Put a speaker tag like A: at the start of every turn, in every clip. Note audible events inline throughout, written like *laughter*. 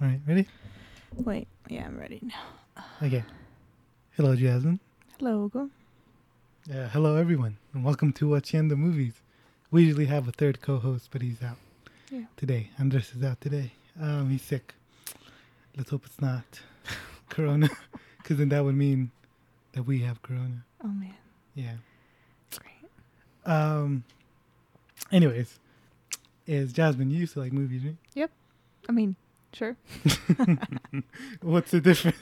A: All right, ready?
B: Wait, yeah, I'm ready now.
A: Okay. Hello, Jasmine.
B: Hello, Hugo.
A: Uh, hello, everyone, and welcome to Watching the Movies. We usually have a third co-host, but he's out
B: Yeah.
A: today. Andres is out today. Um, he's sick. Let's hope it's not *laughs* Corona, because then that would mean that we have Corona.
B: Oh man,
A: Yeah.
B: great.
A: Um. Anyways, is Jasmine you used to like movies? Right?
B: I mean, sure.
A: What's the difference?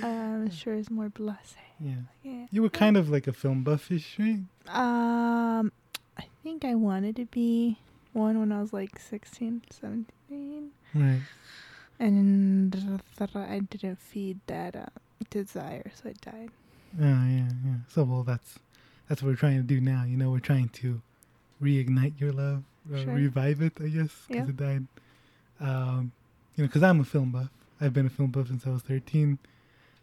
B: Um, sure is more blase.
A: yeah.
B: Yeah.
A: You were kind of like a film buffish, right?
B: Um, I think I wanted to be one when I was like 16, 17.
A: Right.
B: and I didn't feed that uh, desire, so it died.
A: Oh yeah, yeah. So well, that's that's what we're trying to do now. You know, we're trying to reignite your love, or
B: Sure.
A: revive it, I guess, because
B: Yeah.
A: it died. Um, you know, because I'm a film buff. I've been a film buff since I was 13.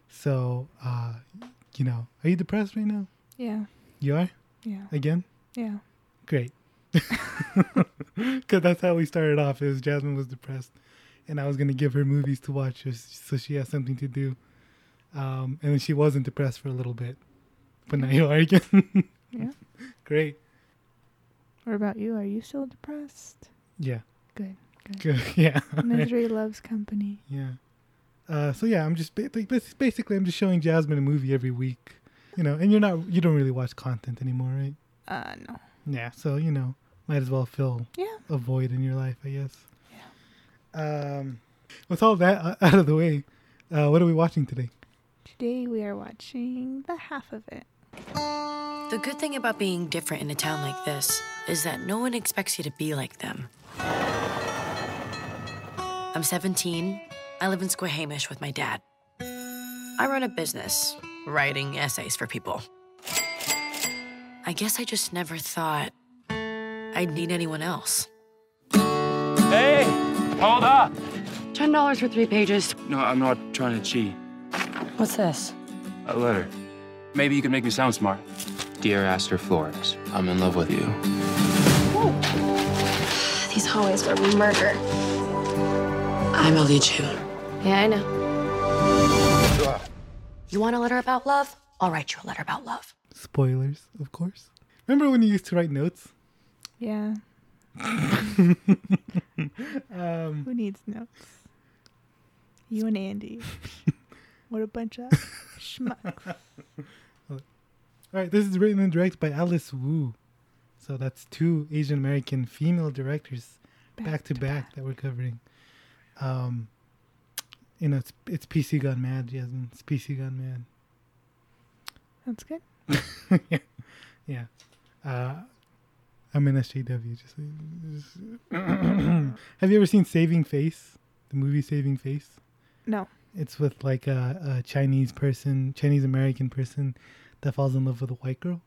A: So, uh, you know, are you depressed right now?
B: Yeah,
A: You are
B: yeah,
A: again.
B: yeah.
A: Great, *laughs* because that's how we started off. Is Jasmine was depressed, and I was gonna give her movies to watch, just so she has something to do. Um, and then she wasn't depressed for a little bit, but now you are again. *laughs*
B: Yeah.
A: Great.
B: What about you? Are you
A: *laughs*
B: still depressed?
A: Yeah.
B: Good, good.
A: Good. *laughs* Yeah.
B: Misery loves company.
A: yeah. Uh, so yeah, I'm just ba- like bas- basically I'm just showing Jasmine a movie every week, you know. And you're not you don't really watch content anymore, right?
B: Uh, no.
A: Yeah. So you know, might as well fill
B: Yeah.
A: a void in your life, I guess. Yeah. Um, with all that o- out of the way, uh, what are we watching today?
B: Today we are watching the half of it.
C: The good thing about being different in a town like this is that no one expects you to be like them. I'm 17. I live in Squamish with my dad. I run a business, writing essays for people. I guess I just never thought I'd need anyone else.
D: Hey, hold up.
C: $10 for three pages.
D: No, I'm not trying to cheat.
C: What's this?
D: A letter. Maybe you can make me sound smart.
E: Dear Astor Flores, I'm in love with you.
F: These hallways were murder.
C: I'm a legion.
F: Yeah, I know.
C: You want a letter about love? I'll write you a letter about love.
A: Spoilers, of course. Remember when you used to write notes? *laughs*
B: Yeah.
A: Um,
B: Who needs notes? You
A: *laughs*
B: and Andy. what a bunch of schmucks.
A: All right, this is written and directed by Alice Wu. So that's two Asian American female directors *laughs* back, to back, that we're covering. Um, you know, it's it's PC Gone Mad, Jasmine. It's PC Gone
B: That's good.
A: Mad. yeah, *laughs* yeah. Uh, I'm in SJW. Just, just *clears throat* have you ever seen Saving Face? The movie Saving Face.
B: No.
A: It's with like a, a Chinese person, Chinese American person, that falls in love with a white girl.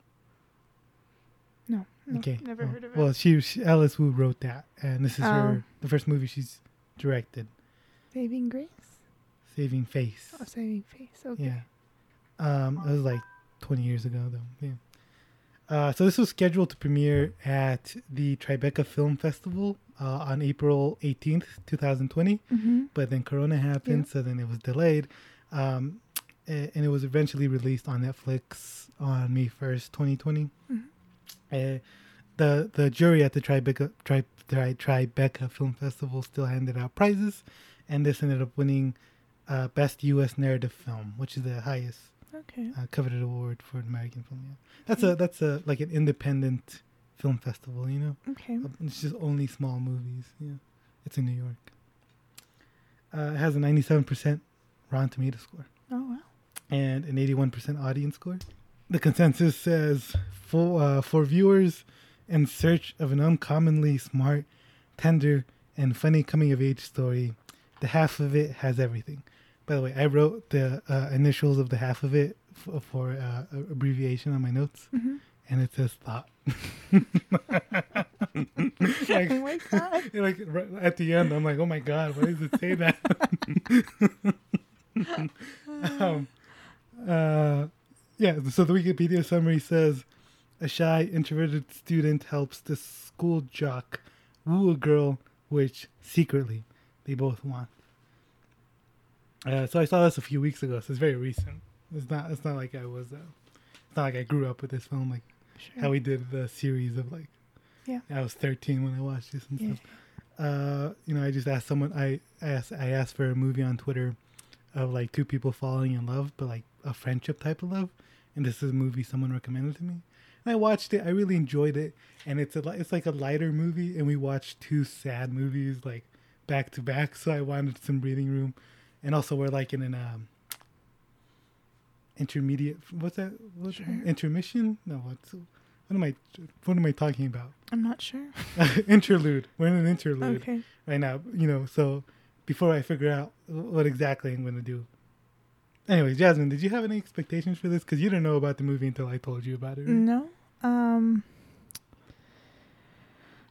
B: No. no
A: Okay.
B: Never
A: well,
B: heard of it. Oh.
A: Well, she, she Alice Wu wrote that, and this is her the first movie she's directed,
B: saving grace?
A: Saving Face.
B: Oh, saving face. Okay.
A: Yeah, um, it was like 20 years ago though. Yeah. Uh, so this was scheduled to premiere at the Tribeca Film Festival uh, on April 18th, 2020,
B: Mm-hmm.
A: but then Corona happened, so then it was delayed, um, a- and it was eventually released on Netflix on May 1st, 2020. Uh, the the jury at the Tribeca Tri, Tri, Tribeca Film Festival still handed out prizes, and this ended up winning uh, Best U.S. Narrative Film, which is the highest
B: Okay.
A: uh, coveted award for an American film. Yeah, that's a that's a like an independent film festival, you know.
B: Okay.
A: Uh, It's just only small movies. Yeah, it's in New York. Uh, it has a 97% Rotten Tomato score
B: Oh, wow.
A: and an 81% audience score. The consensus says for uh, for viewers in search of an uncommonly smart, tender, and funny coming of age story, the half of it has everything. By the way, I wrote the uh, initials of the half of it f- for uh, a- abbreviation on my notes, and it says thought. *laughs* Like-
B: *laughs* Oh, my God.
A: and, like right at the end, I'm like, oh my god, why does it say that? *laughs* um, uh, yeah. So the Wikipedia summary says, a shy, introverted student helps this school jock woo a girl, which secretly they both want. Uh, so I saw this a few weeks ago, so it's very recent. It's not. It's not like I was. Uh, it's not like I grew up with this film, like
B: Sure.
A: how we did the series of like.
B: Yeah.
A: I was 13 when I watched this and
B: Yeah.
A: stuff. Uh, you know, I just asked someone. I I asked. I asked for a movie on Twitter, of like two people falling in love, but like a friendship type of love. And this is a movie someone recommended to me. And I watched it. I really enjoyed it. And it's a li- it's like a lighter movie. And we watched two sad movies like back to back. So I wanted some breathing room. And also we're like in an um, intermediate. What's that? What's Intermission? No. What's what am I? What am I talking about? *laughs*
B: I'm not sure.
A: interlude. We're in an interlude
B: Okay.
A: right now. You know, so before I figure out what exactly I'm going to do. Anyways, Jasmine, did you have any expectations for this? Because you didn't know about the movie until I told you about it. right?
B: No. Um.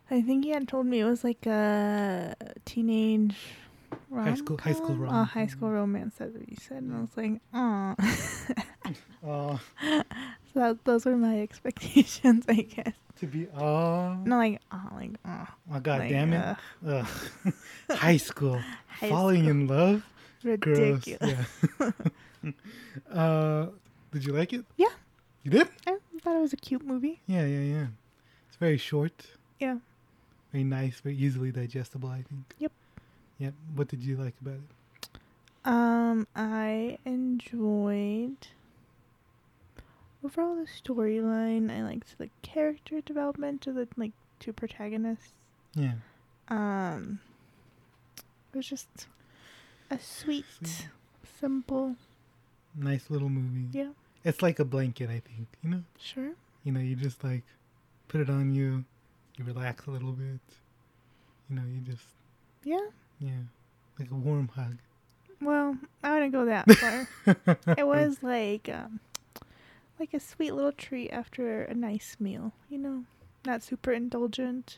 B: I think he had told me it was like a teenage rom
A: school- high school
B: Oh, high school romance. That's what you said, and I was like, oh.
A: Uh,
B: *laughs* so that, those were my *laughs* expectations, I guess.
A: to be oh,
B: Not like oh, like oh.
A: my god,
B: like,
A: damn
B: ugh.
A: it! Ugh. *laughs* High school,
B: *laughs* High
A: falling
B: school.
A: in love, gross.
B: ridiculous. *laughs*
A: Yeah. *laughs* uh, did you like it?
B: Yeah.
A: You did?
B: I thought it was a cute movie.
A: Yeah, yeah, yeah. It's very short,
B: Yeah.
A: very nice, very easily digestible. I think.
B: Yep.
A: Yep. What did you like about it?
B: Um, I enjoyed overall the storyline. I liked the character development of the like two protagonists.
A: Yeah.
B: Um, it was just a sweet,
A: Sweet.
B: simple.
A: Nice little movie.
B: Yeah,
A: It's like a blanket, I think. You know,
B: sure.
A: you know, you just like put it on you, you relax a little bit. You know, you just
B: Yeah.
A: yeah, like a warm hug. *laughs*
B: Well, I wouldn't go *laughs* that far. it was like um, like a sweet little treat after a nice meal. You know, not super indulgent,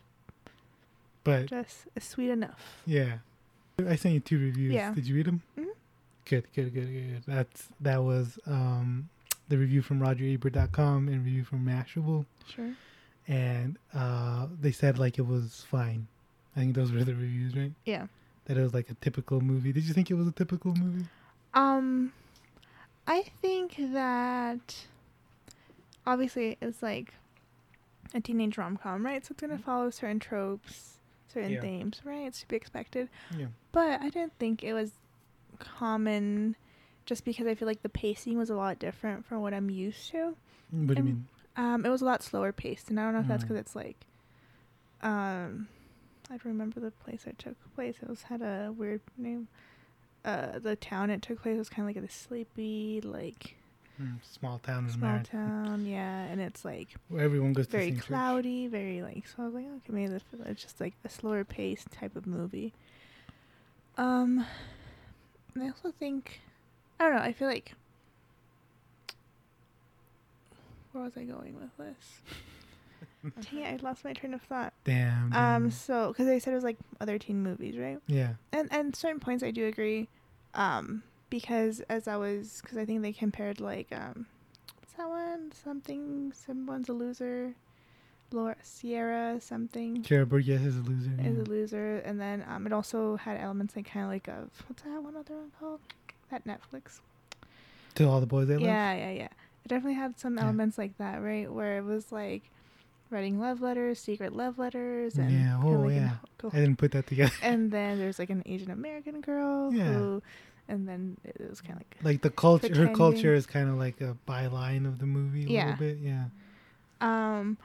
A: But
B: just sweet enough.
A: yeah, I sent you two reviews.
B: Yeah.
A: Did you read them?
B: Mhm.
A: Good, good, good, good. That's that was um the review from RogerEbert.com and review from Mashable,
B: Sure.
A: and uh they said like it was fine. I think those were the reviews, right?
B: Yeah.
A: That it was like a typical movie. Did you think it was a typical movie?
B: Um, I think that obviously it's like a teenage rom com, right? So it's gonna follow certain tropes, certain
A: Yeah.
B: themes, right? It's to be expected.
A: Yeah.
B: But I didn't think it was common, just because I feel like the pacing was a lot different from what I'm used to.
A: What do you
B: Um,
A: mean?
B: Um, it was a lot slower paced, and I don't know if that's
A: Mm.
B: because it's like, um, I don't remember the place it took place. It was had a weird name. Uh, the town it took place was kind of like a sleepy, like
A: Mm, small town in
B: small
A: America
B: town, yeah. And it's like
A: where everyone goes to
B: very
A: the same
B: cloudy, very like. So I was like, okay, maybe this it's just like a slower paced type of movie. Um, and I also think, I don't know. I feel like, where was I going with this? Dang it, I lost my train of thought.
A: Church. Damn.
B: Um,
A: damn.
B: so because I said it was like other teen movies, right?
A: yeah.
B: and and certain points I do agree, um, because as I was, because I think they compared like um, what's that one? Something, someone's a loser, Laura Sierra something
A: Kara Burgess is a loser.
B: is
A: yeah.
B: a loser, and then um, it also had elements like kind of like of what's that one other one called? That Netflix.
A: to all the boys I love.
B: Yeah, yeah, yeah. It definitely had some
A: Yeah.
B: elements like that, right? Where it was like writing love letters, secret love letters, and
A: Yeah,
B: kinda,
A: oh,
B: like, an
A: yeah.
B: ho-
A: I didn't put that together.
B: and then there's like an Asian American girl
A: Yeah.
B: who, and then it was kind of like,
A: Like the culture, her
B: Pretending.
A: culture is kind of like a byline of the movie a
B: Yeah.
A: little bit. Yeah.
B: um,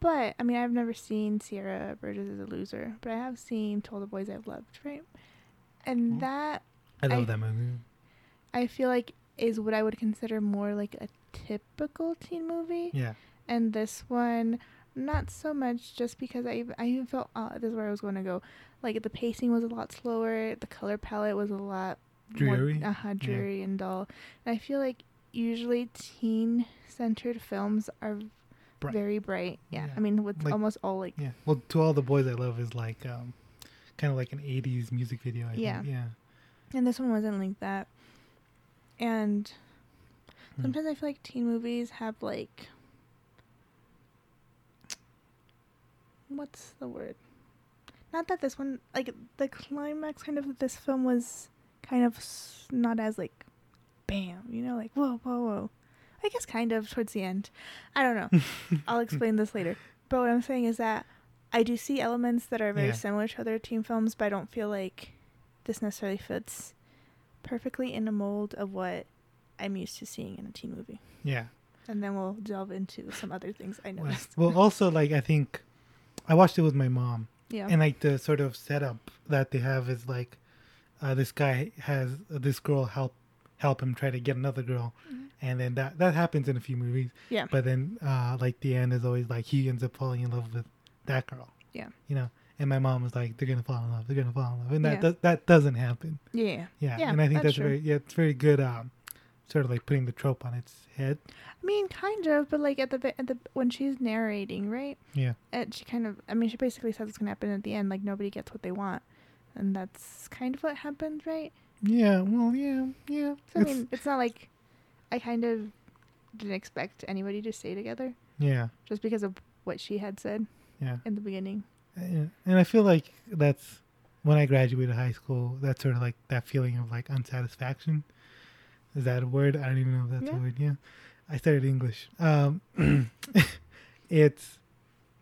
B: but I mean, I've never seen Sierra Burgess as a loser, but I have seen Told the Boys I've Loved, right? And that
A: I love
B: I-
A: that movie.
B: I feel like is what I would consider more like a typical teen movie,
A: Yeah.
B: and this one not so much just because I even, I even felt uh, this is where I was going to go, like the pacing was a lot slower, the color palette was a lot
A: Dreary?
B: more, uh-huh, dreary and dull. And I feel like usually teen-centered films are
A: Bright.
B: very bright. Yeah,
A: Yeah.
B: I mean with
A: Like-
B: almost all like
A: Yeah. Well, to all the boys I love is like um, kind of like an '80s music video. I
B: Yeah.
A: Think. Yeah.
B: And this one wasn't like that. And
A: Hmm.
B: sometimes I feel like teen movies have like what's the word? Not that this one, like the climax kind of of this film was kind of s- not as like, bam, you know, like whoa, whoa, whoa. I guess kind of towards the end. I don't
A: *laughs*
B: know. I'll explain this later. But what I'm saying is that I do see elements that are very
A: Yeah.
B: similar to other teen films, but I don't feel like this necessarily fits perfectly in a mold of what I'm used to seeing in a teen movie. *laughs*
A: Yeah.
B: And then we'll delve into some other things I
A: Well,
B: noticed.
A: well, also like I think I watched it with my mom,
B: *laughs* yeah.
A: and like the sort of setup that they have is like uh, this guy has uh, this girl help help him try to get another girl, and then that that happens in a few movies.
B: Mm-hmm. Yeah.
A: But then uh, like the end is always like he ends up falling in love with that girl.
B: Yeah.
A: You know, and my mom was like, "They're gonna fall in love. They're gonna fall in love," and that
B: Yeah.
A: does, that doesn't happen.
B: yeah.
A: Yeah. and I think that's,
B: true.
A: very yeah, it's very good. Um, sort of like putting the trope on its head.
B: I mean, kind of, but like at the bit- at the when she's narrating, right?
A: Yeah.
B: And she kind of, I mean, she basically says it's gonna happen at the end. Like nobody gets what they want, and that's kind of what happened, right?
A: Yeah. Well. Yeah. Yeah.
B: So I
A: It's-
B: mean, it's not like I kind of didn't expect anybody to stay together
A: yeah.
B: just because of what she had said
A: Yeah.
B: in the beginning.
A: Yeah, and I feel like that's when I graduated high school. That's sort of like that feeling of like unsatisfaction. Is that a word? I don't even know if that's
B: Yeah.
A: a word. Yeah, I studied English. Um, *clears throat* it's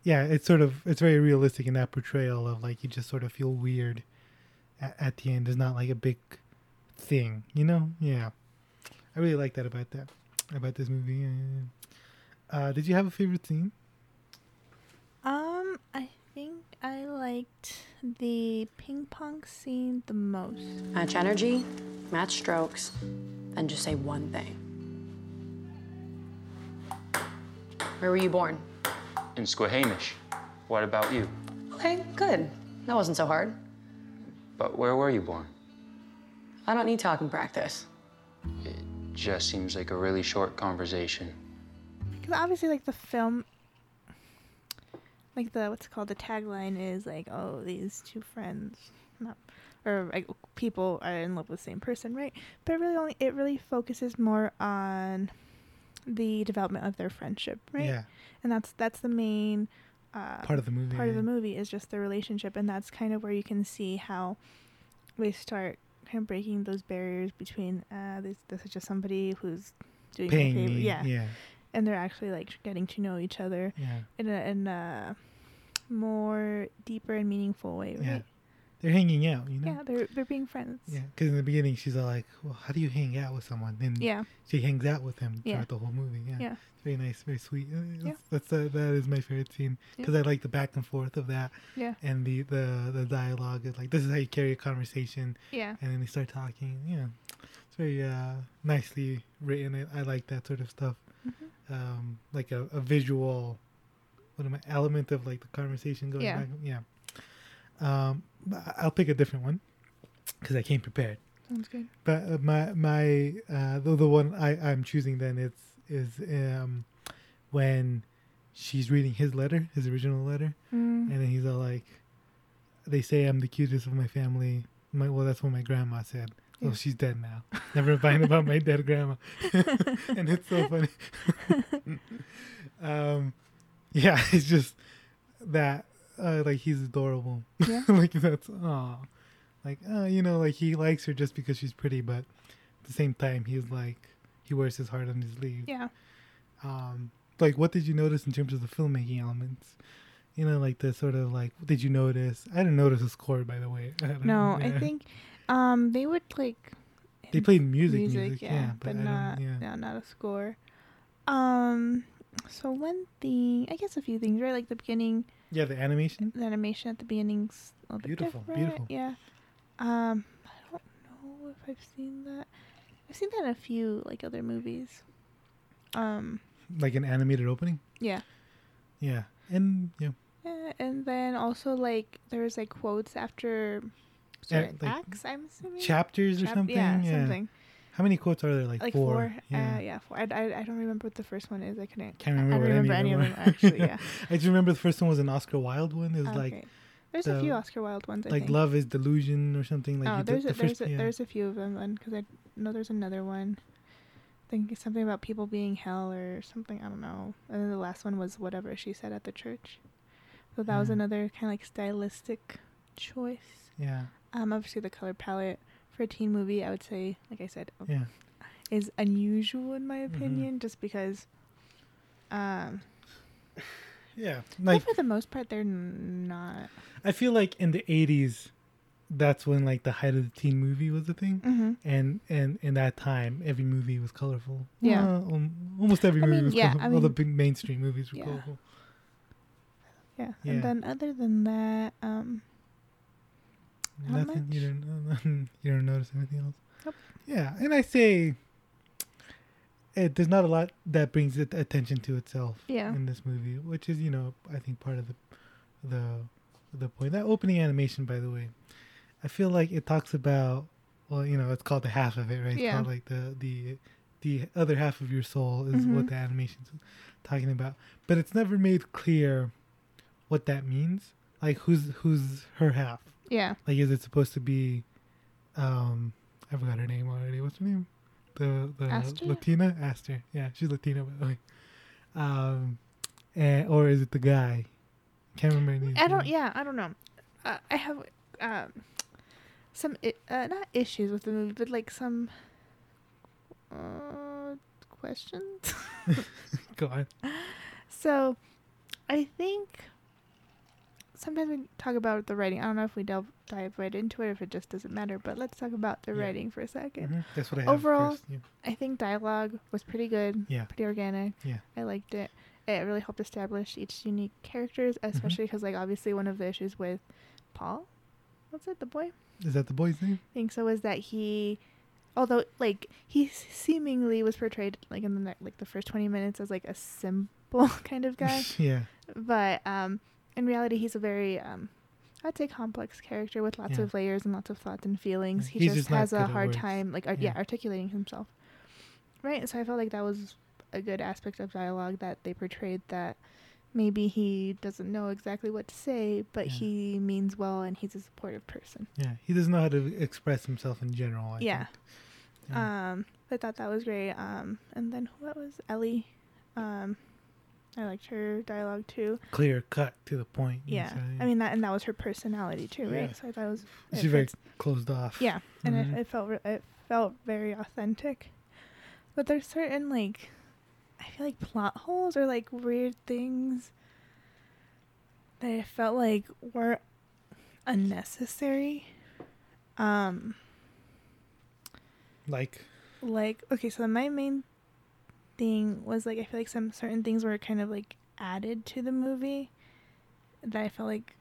A: yeah, it's sort of it's very realistic in that portrayal of like you just sort of feel weird at, at the end. There's not like a big thing, you know? Yeah, I really like that about that about this movie. Yeah, yeah, yeah. Uh, did you have a favorite scene?
B: Um, I think I liked the ping pong scene the most.
C: Match energy, match strokes, then just say one thing. Where were you born?
D: In Squamish. What about you?
C: Okay, good. That wasn't so hard.
D: But where were you born?
C: I don't need talking practice.
D: Just seems like a really short conversation.
B: Because obviously, like the film, like the what's it called the tagline is like, oh, these two friends, not or like people are in love with the same person, right? But it really only it really focuses more on the development of their friendship, right?
A: Yeah,
B: And that's that's the main uh,
A: part of the movie.
B: part of the
A: yeah.
B: movie is just the relationship, and that's kind of where you can see how they start kind of breaking those barriers between uh, this this is just somebody who's doing
A: Paying
B: me a favor,
A: me.
B: yeah,
A: yeah.
B: and they're actually like getting to know each other
A: Yeah.
B: in a in a more deeper and meaningful way,
A: Yeah.
B: right?
A: They're hanging out, you
B: Yeah,
A: know?
B: they're they're being friends.
A: Yeah. Because in the beginning, she's all like, well, how do you hang out with someone? Then
B: Yeah.
A: she hangs out with him
B: Yeah.
A: throughout the whole movie. Yeah.
B: Yeah.
A: It's very nice, very sweet. Uh, That's, that's, uh, that is my favorite scene.
B: Yeah.
A: Because I like the back and forth of that
B: Yeah.
A: and the, the, the dialogue. Is like, this is how you carry a conversation.
B: Yeah.
A: And then they start talking. Yeah. It's very uh, nicely written. I, I like that sort of stuff. Um, like a, a visual what am I, element of like the conversation going
B: Yeah.
A: back. Yeah. Um, but I- I'll pick a different one because I came prepared.
B: Sounds good.
A: But uh, my my uh, the, the one I I'm choosing then it's is um when she's reading his letter, his original letter,
B: Mm. Mm-hmm.
A: and then he's all like, "They say I'm the cutest of my family." My well, that's what my grandma said. Well, she's dead now. Never mind about my dead grandma, *laughs* and it's so funny. *laughs* um, yeah, *laughs* it's just that uh, like he's adorable.
B: Yeah.
A: *laughs* like that's oh, like uh, you know, like he likes her just because she's pretty, but at the same time, he's like he wears his heart on his sleeve.
B: Yeah.
A: Um, like what did you notice in terms of the filmmaking elements? You know, like the sort of like what did you notice? I didn't notice the score, by the way. *laughs* I don't-
B: No, I
A: yeah.
B: think um they would like
A: they played music, music, yeah, but, I
B: not
A: don't, yeah.
B: no, not a score. Um so one thing I guess a few things, right? Like the beginning
A: yeah, the animation.
B: the animation at the beginning's a little
A: Beautiful,
B: bit
A: beautiful.
B: different. Yeah. Um I don't know if I've seen that. I've seen that in a few like other movies. Um
A: like an animated opening.
B: yeah.
A: Yeah, and yeah,
B: Yeah, and then also like there was like quotes after certain
A: Eh, like, mm,
B: acts, I'm assuming.
A: chapters or
B: Chap-
A: something.
B: Yeah, something.
A: How many quotes are there? Like,
B: Like
A: four.
B: four. Uh, yeah, four. I, I, I don't remember what the first one is. I couldn't.
A: Can't
B: I-
A: remember
B: I
A: what
B: don't remember any of them
A: were. *laughs*
B: actually. Yeah.
A: I just remember the first one was an Oscar Wilde one. It was like
B: Okay. there's a few
A: the-
B: Oscar Wilde ones. I
A: like
B: think.
A: love is delusion or something. Like
B: oh,
A: you
B: there's
A: did
B: a,
A: the first,
B: there's a,
A: yeah.
B: there's a few of them because I know there's another one. I think it's something about people being hell or something. I don't know. And then the last one was whatever she said at the church. So that was
A: Mm.
B: another kind of like stylistic choice.
A: Yeah.
B: Um, obviously the color palette for a teen movie, I would say, like I said,
A: Yeah. Mm-hmm.
B: is unusual in my opinion, just because. Um,
A: Yeah.
B: but
A: Like
B: for the most part, they're n- not.
A: I feel like in the eighties that's when like the height of the teen movie was a thing.
B: Mm-hmm.
A: And and in that time every movie was colorful.
B: Yeah.
A: Well, um, almost every
B: I
A: movie
B: mean,
A: was
B: yeah,
A: colorful.
B: I
A: All the
B: mean-
A: big mainstream movies were
B: Yeah.
A: colorful.
B: Yeah.
A: Yeah.
B: And then other than that, um, Not
A: nothing you
B: much.
A: don't *laughs* you don't notice anything else.
B: Nope.
A: Yeah, and I say it, there's not a lot that brings it attention to itself
B: Yeah.
A: in this movie, which is you know I think part of the the the point. That opening animation, by the way, I feel like it talks about well you know it's called the half of it right. It's
B: Yeah.
A: called like the the the other half of your soul is
B: Mm-hmm.
A: what the animation's talking about, but it's never made clear what that means. Like who's who's her half,
B: yeah,
A: like, is it supposed to be? Um, I forgot her name already. What's her name? The the
B: Aster?
A: Latina Aster. Yeah, she's Latina by the way. Um, and, or is it the guy? Can't remember. His name.
B: I don't. Yeah, I don't know. Uh, I have um some I- uh, not issues with the movie, but like some uh, questions. *laughs*
A: Go on.
B: so, I think sometimes we talk about the writing. I don't know if we delve dive right into it, or if it just doesn't matter. But let's talk about the
A: Yeah.
B: writing for a 2nd
A: Mhm. That's what I have
B: Overall-
A: first. Yeah.
B: I think dialogue was pretty good.
A: Yeah.
B: Pretty organic.
A: Yeah.
B: I liked it. It really helped establish each unique characters,
A: Mm-hmm.
B: especially because, like, obviously one of the issues with Paul, what's it, the boy? I
A: Is that the boy's name?
B: think so, was that he, although, like, he s- seemingly was portrayed, like, in the, ne- like, the first 20 minutes as, like, a simple *laughs* kind of guy.
A: *laughs* yeah.
B: but, um, in reality, he's a very, um, I'd say complex character with lots
A: Yeah.
B: of layers and lots of thoughts and feelings.
A: Yeah,
B: He
A: he's
B: just,
A: just not
B: has
A: good
B: a
A: at
B: hard
A: words.
B: time, like, ar-
A: Yeah.
B: yeah, articulating himself. Right. So I felt like that was a good aspect of dialogue that they portrayed that maybe he doesn't know exactly what to say, but
A: Yeah.
B: he means well and he's a supportive person.
A: Yeah. He doesn't know how to express himself in general. I
B: yeah.
A: think. Yeah.
B: Um, I thought that was great. Um, and then what was Ellie? Um, I liked her dialogue too.
A: Clear cut to the point. you know,
B: Yeah.
A: so,
B: I mean that, and that was her personality too, right?
A: Yeah.
B: So I thought it was it
A: she's very
B: fits-
A: closed off.
B: Yeah, and
A: Mhm.
B: it, it felt re- it felt very authentic. But there's certain like, I feel like plot holes or like weird things that I felt like were unnecessary. Um,
A: Like.
B: like okay, so my main thing was like I feel like some certain things were kind of like added to the movie that I felt like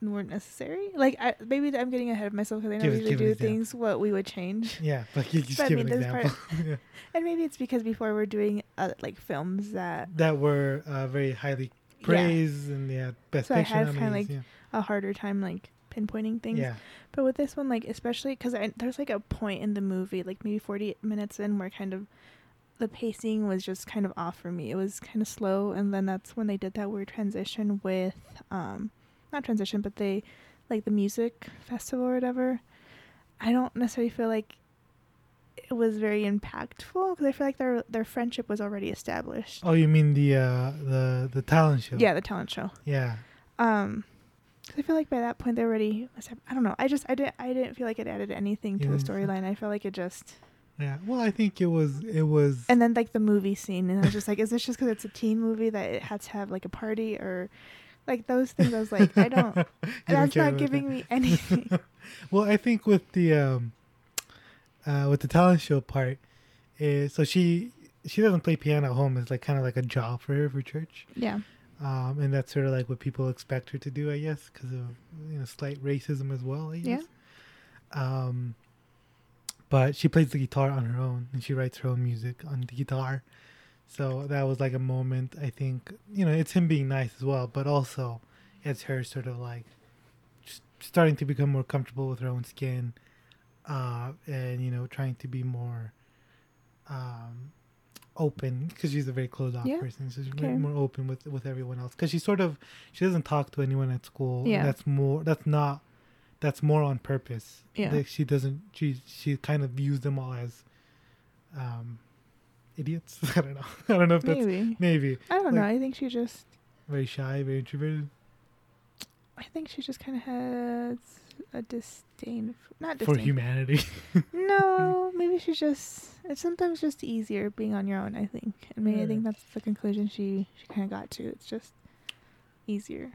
B: weren't necessary. Like I, maybe I'm getting ahead of myself because I know
A: Give-
B: we usually
A: give an
B: do
A: example.
B: things what we would change.
A: *laughs* Yeah. Like you just
B: But I
A: give
B: mean,
A: an
B: this part-
A: example. *laughs* yeah.
B: *laughs* And maybe it's because before we're doing uh, like films that
A: that were uh, very highly praised and yeah, best
B: So I
A: picture
B: had kinda
A: nominees.
B: like a harder time like pinpointing
A: yeah.
B: things.
A: yeah,
B: But with this one, like especially because there's like a point in the movie, like maybe 40 minutes in, where kind of the pacing was just kind of off for me. It was kind of slow, and then that's when they did that weird transition with, um, not transition, but they like the music festival or whatever. I don't necessarily feel like it was very impactful because I feel like their their friendship was already established.
A: Oh, you mean the uh, the the talent show?
B: Yeah, the talent show.
A: yeah,
B: Um, 'cause I feel like by that point they already. I don't know. I just I didn't I didn't feel like it added anything to
A: You
B: the
A: didn't feel-
B: storyline. I felt like it just
A: yeah. Well, I think it was it was
B: and then like the movie scene and I was just like, is this just because it's a teen movie that it had to have like a party or like those things? I was like, I don't.
A: *laughs* You don't
B: that's
A: care
B: not
A: about
B: giving
A: that.
B: me
A: *laughs*
B: anything.
A: well, I think with the um, uh, with the talent show part, is so she she doesn't play piano at home. It's like kind of like a job for her for church.
B: yeah.
A: um, and that's sort of like what people expect her to do, I guess, because of you know slight racism as well. I
B: Yeah.
A: guess. Um, but she plays the guitar on her own, and she writes her own music on the guitar. So that was like a moment. I think you know it's him being nice as well, but also it's her sort of like just starting to become more comfortable with her own skin, uh, and you know trying to be more um, open because she's a very closed off
B: Yeah.
A: person. So she's
B: Okay.
A: way more open with with everyone else because she sort of she doesn't talk to anyone at school.
B: Yeah.
A: Yeah, that's more. That's not. That's more on purpose.
B: Yeah.
A: Like, she doesn't. She she kind of views them all as, um, idiots. *laughs* I don't know. I don't know if that's
B: Maybe.
A: maybe
B: I don't
A: like-
B: know. I think she just.
A: very shy, very introverted.
B: I I think she just kind of has a disdain, f- not
A: for
B: disdain.
A: humanity. *laughs* Mm.
B: No, maybe she just. It's sometimes just easier being on your own. I think, and
A: Mm.
B: maybe I think that's the conclusion she she kind of got to. It's just easier.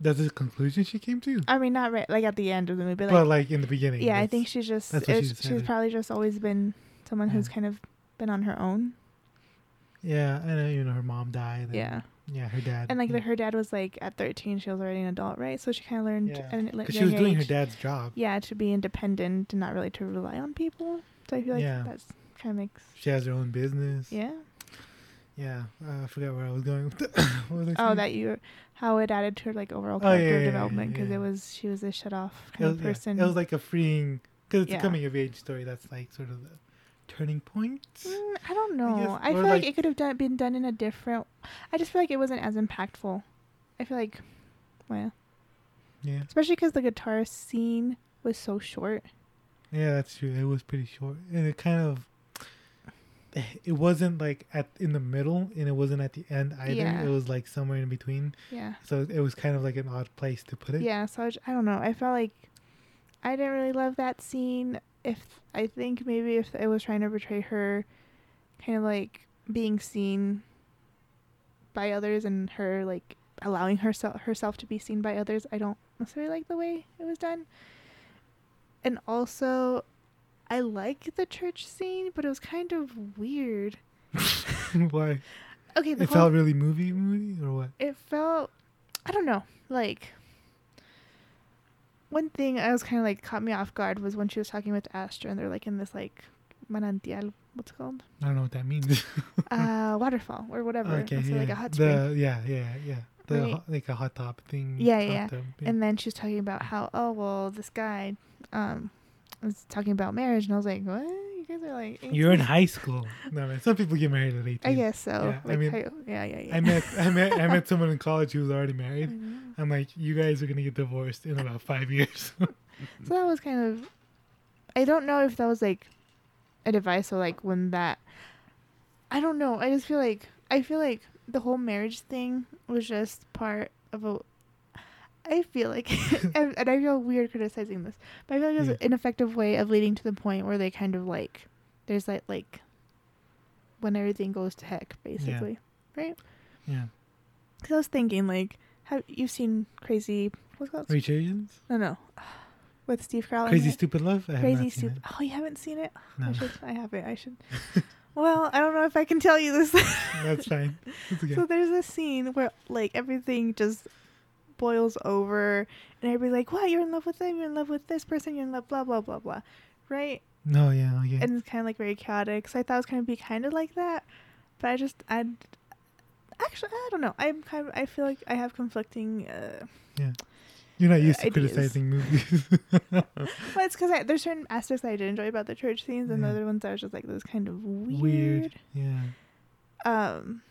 A: That's the conclusion she came to.
B: I mean, not right like at the end of the movie, like,
A: but like in the beginning.
B: yeah, I
A: that's-
B: think she's just
A: that's what
B: it's,
A: she
B: she's
A: decided.
B: probably just always been someone who's
A: Yeah.
B: kind of been on her own.
A: Yeah, I know. You know, her mom died. and-
B: Yeah,
A: Yeah, her dad.
B: and like
A: yeah.
B: the, her dad was like at thirteen, she was already an adult, right? So she kind of learned
A: Yeah.
B: at an- like,
A: 'Cause she
B: young
A: was doing her
B: age,
A: dad's job.
B: Yeah, to be independent and not really to rely on people. So I feel like
A: Yeah.
B: that's kind of makes
A: She has her own business.
B: yeah.
A: Yeah, uh, I forgot where I was going. with that. *coughs* what was I
B: Oh,
A: saying?
B: that you how it added to her like overall
A: Oh, yeah, yeah,
B: character
A: yeah,
B: development because
A: yeah.
B: it was she was a shut off
A: it
B: kind
A: was,
B: of
A: yeah,
B: person.
A: it was like a freeing because it's
B: Yeah.
A: a coming of age story. That's like sort of the turning point.
B: Mm, I don't know.
A: guess-
B: I,
A: or,
B: feel like,
A: like-
B: it could have done, been done in a different. I just feel like it wasn't as impactful. I feel like, well,
A: Yeah,
B: especially because the guitar scene was so short.
A: yeah, that's true. It was pretty short, and it kind of eh, it wasn't like at in the middle, and it wasn't at the end either.
B: Yeah.
A: It was like somewhere in between.
B: Yeah,
A: So it was kind of like an odd place to put it.
B: yeah. So I, j- I don't know. I felt like I didn't really love that scene. If I think maybe if it was trying to portray her, kind of like being seen by others and her like allowing herself herself to be seen by others. I don't necessarily like the way it was done. And also I like the church scene, but it was kind of weird.
A: *laughs* Why?
B: Okay, the
A: It
B: whole,
A: felt really movie movie or what?
B: it felt I don't know, like one thing I was kind of like caught me off guard was when she was talking with Astra and they're like in this like manantial, what's
A: *laughs*
B: it called?
A: I don't know what that means.
B: uh, waterfall or
A: *laughs*
B: whatever.
A: okay,
B: It's
A: yeah,
B: like a hot spring.
A: the yeah, yeah, yeah, the
B: Right.
A: hot- like a hot top thing.
B: Yeah,
A: hot
B: yeah.
A: tub,
B: And then she was talking about how, oh well, this guy, um, was talking about marriage, and I was like, what? You guys are like,
A: You're
B: *laughs*
A: in high school. No man, some people get married at eighteen.
B: I guess so.
A: Yeah, I
B: Like,
A: mean,
B: how- yeah, yeah, yeah.
A: I met I met I
B: *laughs*
A: met someone in college who was already
B: I
A: married.
B: know.
A: I'm like, you guys are gonna get divorced in about five years. *laughs*
B: So that was kind of. I don't know if that was like a device or like when that. I don't know. I just feel like I feel like the whole marriage thing was just part of a. I feel like, *laughs* and, and I feel weird criticizing this, but I feel like it was
A: Yeah.
B: an effective way of leading to the point where they kind of like, there's like like. When everything goes to heck, basically, right?
A: yeah.
B: Because I was thinking like, have you seen Crazy? What's it called?
A: Rich Asians?
B: no, no, *sighs* with Steve Carell. in
A: Crazy
B: it?
A: Stupid Love? I have
B: Oh, Crazy
A: not seen
B: Stupid. Oh, you haven't seen it?
A: No.
B: I should. I have it.
A: *laughs*
B: I should. well, I don't know if I can tell you this.
A: it.
B: *laughs*
A: That's fine. It's okay.
B: So there's a scene where like everything just boils over, and everybody's like, "Wow, you're in love with them. You're in love with this person. You're in love." Blah blah blah blah. Right?
A: no, yeah, okay.
B: And it's kind of like very chaotic. So I thought it was going to be kind of like that, but I just I actually I don't know. I'm kind of I feel like I have conflicting. Uh,
A: You're not used to
B: ideas.
A: criticizing movies. *laughs*
B: well, it's because there's certain aspects that I did enjoy about the church scenes, and the
A: Yeah.
B: other ones I was just like, "Those kind of weird.
A: Weird. Yeah.
B: um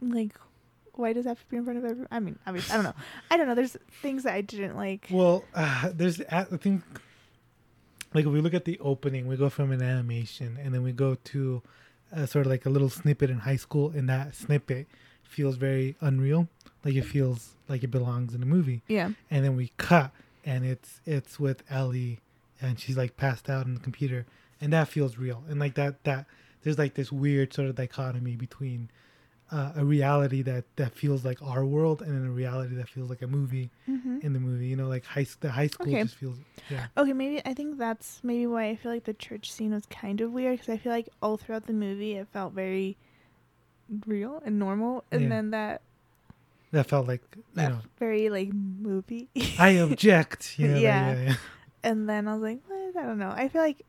B: like why does that have to be in front of everyone i mean obviously i don't know i don't know there's things that i didn't like
A: Well, *sighs* uh, there's a- I think like if we look at the opening, we go from an animation and then we go to uh sort of like a little snippet in high school, and that snippet feels very unreal. Like it feels like it belongs in a movie.
B: yeah
A: And then we cut, and it's it's with Ellie, and she's like passed out on the computer, and that feels real. And like that that there's like this weird sort of dichotomy between. Uh, a reality that that feels like our world and then a reality that feels like a movie
B: hmm
A: in the movie. You know, like high s- the high school
B: Okay.
A: just feels yeah.
B: okay maybe i think that's maybe why i feel like the church scene was kind of weird because i feel like all throughout the movie it felt very real and normal and
A: Yeah.
B: then that
A: That felt like you
B: that *laughs*
A: know
B: very like movie
A: I object. You know, like,
B: Yeah.
A: yeah, yeah.
B: *laughs* and then i was like what? i don't know i feel like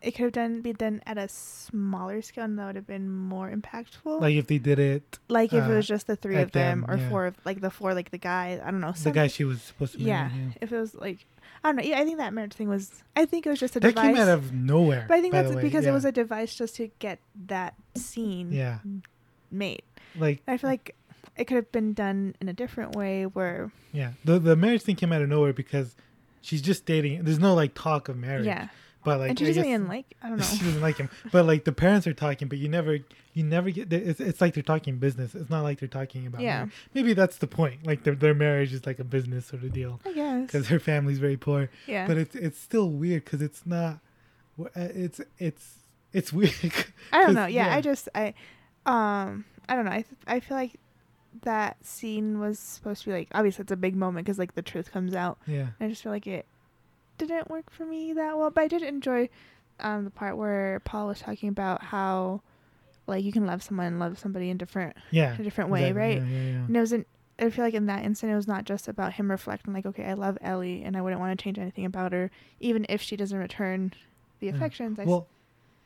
B: it could have done be done at a smaller scale and that would have been more impactful
A: Like if they did it,
B: like if
A: uh,
B: it was just the three
A: at
B: of them,
A: them,
B: or
A: yeah.
B: four of like the four like the guy i don't know
A: the
B: some-
A: guy she was supposed to marry.
B: yeah, if it was like i don't know yeah i think that marriage thing was i think it was just a
A: That
B: device
A: came out of nowhere.
B: but i think
A: by
B: that's
A: the way,
B: because
A: yeah.
B: it was a device just to get that scene
A: yeah,
B: made
A: like
B: i feel like it could have been done in a different way where
A: yeah. The the marriage thing came out of nowhere because she's just dating. There's no like talk of marriage.
B: yeah
A: But like,
B: and she
A: I
B: doesn't
A: *laughs* guess-
B: even like. I don't
A: she
B: know.
A: doesn't like him. But like the parents are talking, but you never, you never get. It's, it's like they're talking business. It's not like they're talking about.
B: Yeah.
A: marriage. Maybe that's the point. Like their their marriage is like a business sort of deal
B: I guess.
A: because her family's very poor.
B: Yeah.
A: But it's it's still weird because it's not. wh- uh, It's it's it's *laughs* weird.
B: I don't
A: 'cause,
B: know. Yeah, I just I, um, I don't know. I th- I feel like that scene was supposed to be like obviously it's a big moment because like the truth comes out.
A: yeah.
B: I just feel like it didn't work for me that well, but I did enjoy um the part where Paul was talking about how like you can love someone and love somebody in different
A: Yeah.
B: a different way,
A: exactly.
B: right?
A: Yeah, yeah, yeah.
B: And it wasn't. I feel like in that instant, it was not just about him reflecting, like, okay, I love Ellie, and I wouldn't want to change anything about her, even if she doesn't return the
A: Yeah.
B: affections. I s-
A: Well,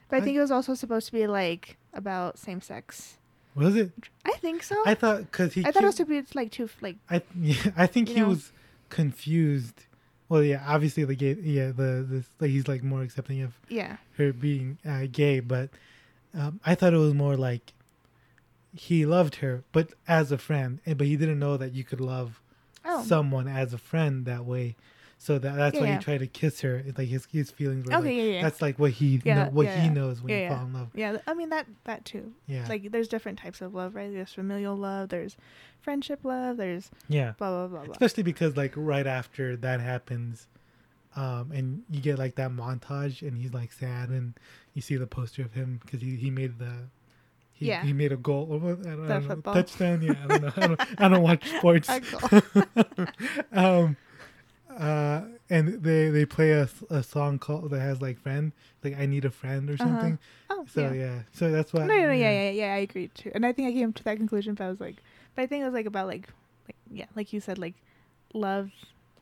B: but I
A: I-
B: think it was also supposed to be like about same sex.
A: was it?
B: I think so.
A: I thought because he.
B: I thought it
A: keep-
B: was to be it's like two, like
A: I *laughs* yeah, I think
B: You
A: he
B: know?
A: was confused. Well, yeah, obviously the gay, yeah, the, the like he's like more accepting of
B: yeah,
A: her being uh, gay, but um, I thought it was more like he loved her, but as a friend, and but he didn't know that you could love
B: oh,
A: someone as a friend that way. So that that's why
B: Yeah, yeah.
A: he tried to kiss her. It's like his his feelings were
B: Okay,
A: like-
B: yeah, yeah.
A: that's like what he
B: Yeah,
A: know, what
B: yeah,
A: he
B: yeah.
A: knows when
B: Yeah,
A: you
B: yeah.
A: fall in love.
B: yeah. th- I mean that that too.
A: Yeah,
B: Like, there's different types of love, right? There's familial love, there's friendship love, there's
A: yeah.
B: blah blah blah blah.
A: especially because like right after that happens um and you get like that montage and he's like sad and you see the poster of him because he, he made the he,
B: Yeah.
A: he made a goal or what- I don't, I
B: The
A: don't know,
B: football.
A: touchdown yeah i don't know i don't, I don't
B: *laughs*
A: watch sports
B: A goal.
A: *laughs* um uh and they they play a, a song called that has like friend like i need a friend or something
B: Oh,
A: so yeah.
B: yeah.
A: so that's why
B: No, no, no, yeah, yeah, yeah. I agree too, and I think I came to that conclusion. But I was like, but I think it was like about like, like yeah, like you said, like love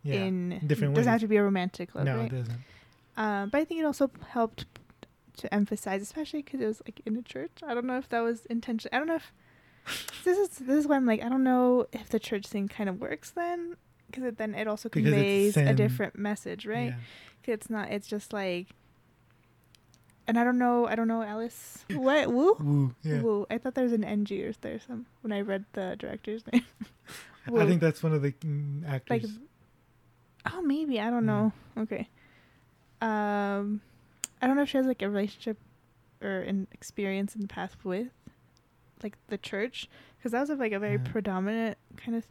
A: yeah.
B: in
A: different ways.
B: doesn't have to be a romantic love,
A: no
B: right?
A: it doesn't
B: Um, but I think it also helped to emphasize, especially because it was like in a church. I don't know if that was intentional. I don't know if *laughs* this is this is why I'm like I don't know if the church thing kind of works then, because it, then it also
A: Because it's
B: conveys a
A: sin.
B: different message, right?
A: yeah.
B: It's not. It's just like, and I don't know. I don't
A: *laughs*
B: know, Alice. What? Woo.
A: Woo, yeah.
B: Woo. I thought there was an NG or there some when I read the director's name. *laughs* Woo.
A: i think that's one of the mm, actors
B: oh, maybe I don't
A: Yeah.
B: know. Okay. Um, I don't know if she has like a relationship or an experience in the past with, like the church, because that was like a very
A: Yeah.
B: predominant kind of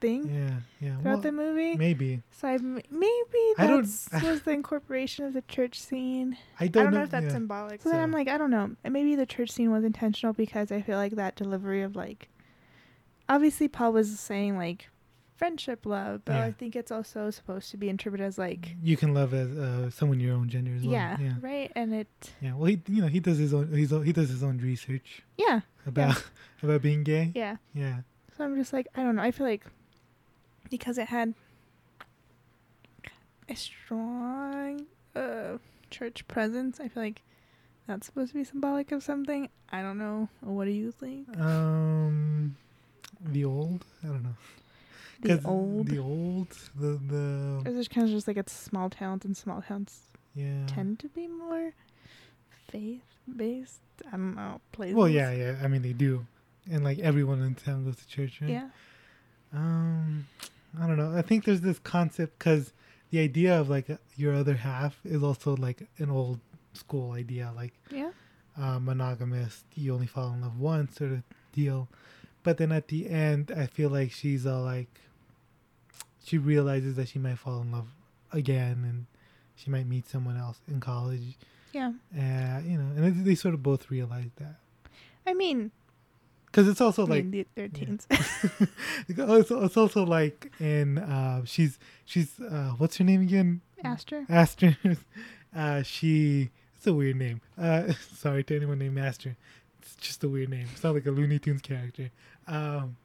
B: thing
A: yeah yeah
B: throughout
A: well,
B: the movie.
A: maybe
B: so I m- maybe
A: I don't-
B: that's was the incorporation of the church scene.
A: I
B: I
A: don't,
B: don't know if that's
A: yeah.
B: symbolic. So, then I'm
A: so-
B: like, I don't know. And maybe the church scene was intentional because I feel like that delivery of like, obviously Paul was saying like, friendship love, but
A: Yeah.
B: I think it's also supposed to be interpreted as like,
A: you can love as uh, someone your own gender as well.
B: Mm. yeah,
A: yeah,
B: right, and it,
A: yeah. Well, he you know he does his own his own, he does his own research
B: yeah,
A: about *laughs* about being gay. Yeah.
B: yeah. So I'm just like, I don't know. I feel like because it had a strong uh, church presence, I feel like that's supposed to be symbolic of something. I don't know. What do you think?
A: Um, the old I don't know
B: The
A: 'Cause
B: old.
A: the old the
B: Or
A: the
B: is it kind of just like it's small towns and small towns
A: yeah.
B: tend to be more faith based? I don't know. Places.
A: Well, yeah, yeah. I mean, they do, and like everyone in town goes to church. Right?
B: Yeah.
A: Um, I don't know. I think there's this concept because the idea of like your other half is also like an old school idea, like
B: Yeah.
A: uh, monogamous, you only fall in love once sort of deal. But then at the end, I feel like she's all like, she realizes that she might fall in love again and she might meet someone else in college.
B: Yeah.
A: Uh, you know, and they- they sort of both realize that.
B: I mean,
A: Because it's also
B: I
A: like,
B: mean, they- they're
A: yeah. *laughs*
B: teens. *laughs*
A: it's, it's also like in, uh, she's, she's, uh, what's her name again? *laughs*
B: Aster.
A: Aster. Uh, she. It's a weird name. Uh, *laughs* sorry to anyone named Aster. It's just a weird name. It's not like a Looney Tunes character. Um,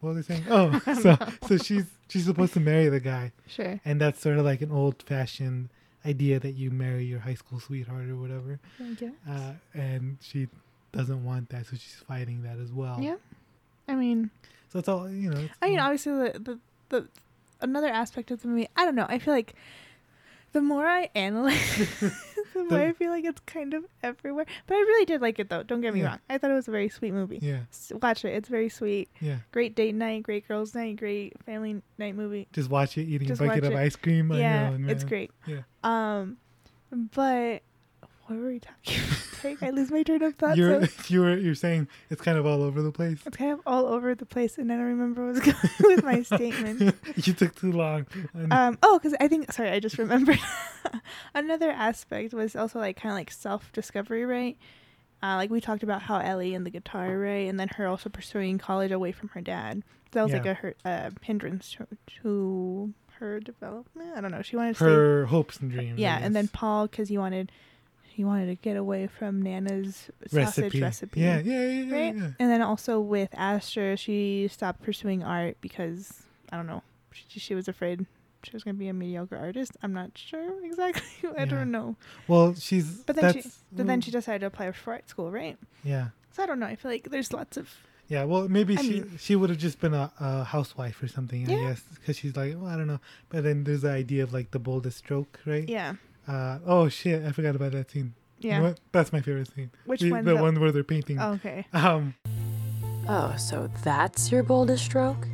A: what was I saying?
B: *laughs*
A: Oh, so so she's she's supposed to marry the guy,
B: Sure.
A: and that's sort of like an old fashioned idea that you marry your high school sweetheart or whatever.
B: I guess.
A: Uh, and she doesn't want that, so she's fighting that as well.
B: yeah. I mean,
A: So it's all you know. It's,
B: I mean, obviously the, the the another aspect of the movie. I don't know. I feel like the more I
A: *laughs*
B: analyze, *laughs* the more
A: The-
B: I feel like it's kind of everywhere. But I really did like it though. Don't get me
A: Yeah.
B: wrong. I thought it was a very sweet movie.
A: yeah,
B: S- Watch it. It's very sweet.
A: yeah.
B: Great date night. Great girls night. Great family night movie.
A: Just watch it eating
B: Just
A: a bucket
B: watch
A: of
B: it.
A: ice cream. on your
B: yeah,
A: own,
B: it's
A: man.
B: great.
A: Yeah.
B: Um, But what were we talking about? *laughs* Like, I lose my train of thought.
A: you're
B: so
A: *laughs* you're you're saying it's kind of all over the place.
B: it's kind of all over the place, and I don't remember what was *laughs* going *laughs* with my statement.
A: *laughs* you took too long. And
B: *laughs* Um, oh, because I think sorry, I just *laughs* remembered. Another aspect was also like kind of like self discovery, right? Uh, like we talked about how Ellie and the guitar, right, and then her also pursuing college away from her dad. So that was like
A: Yeah.
B: a her, uh, hindrance to, to her development. I don't know. She wanted to stay
A: her hopes and dreams. I
B: yeah, and then
A: guess.
B: Paul because he wanted he wanted to get away from Nana's sausage recipe.
A: Yeah, yeah, yeah, yeah,
B: Right,
A: yeah.
B: and then also with Astra, she stopped pursuing art because I don't know, she, she was afraid she was gonna be a mediocre artist. I'm not sure *laughs* exactly. I
A: Yeah.
B: don't know.
A: Well, she's.
B: But then she,
A: that's- mm,
B: but then she decided to apply for art school, right?
A: Yeah,
B: So I don't know. I feel like there's lots of
A: yeah. Well, maybe
B: I
A: she
B: mean-
A: she would have just been a, a housewife or something. I
B: Yeah.
A: guess because she's like, well, I don't know. But then there's the idea of like the boldest stroke, right?
B: yeah,
A: Uh, oh shit! I forgot about that scene. You know
B: yeah.
A: what? That's my favorite scene.
B: Which
A: the,
B: one's
A: The
B: up?
A: one where they're painting.
B: Oh, okay.
A: Um.
G: Oh, so that's your boldest stroke?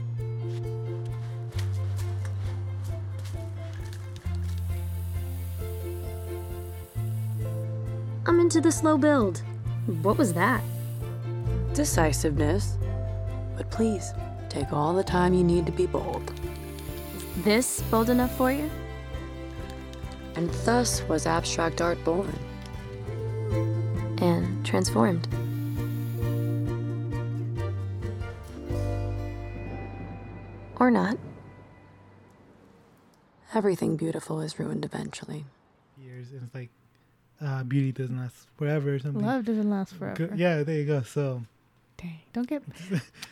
H: I'm into the slow build. What was that?
G: Decisiveness. But please, take all the time you need to be bold.
H: This bold enough for you?
G: And thus was abstract art born.
H: And transformed. Or not.
G: Everything beautiful is ruined eventually.
A: Years and it's like, uh, beauty doesn't last forever or something.
B: Love doesn't last
A: Go-
B: forever.
A: yeah, there you go. So
B: Dang, don't
A: *laughs*
B: get.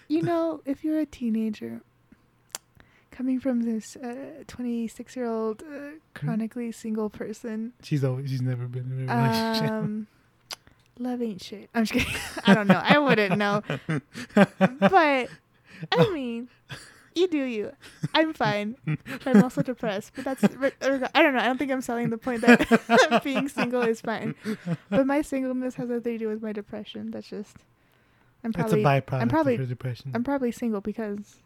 B: you know, if you're a teenager, coming from this 26 year old uh,
A: Mm.
B: chronically single person,
A: she's always she's never been in a relationship.
B: um, love ain't shit. I'm just kidding. *laughs* I don't know. I
A: *laughs*
B: wouldn't know. But I mean, you do you. I'm fine. But I'm also depressed. But that's re- reg- I don't know. I don't think I'm selling the point that *laughs* being single is fine. But my singleness has nothing to do with my depression. That's just. I'm
A: It's a
B: probably
A: byproduct
B: probably-
A: of her depression.
B: I'm probably single because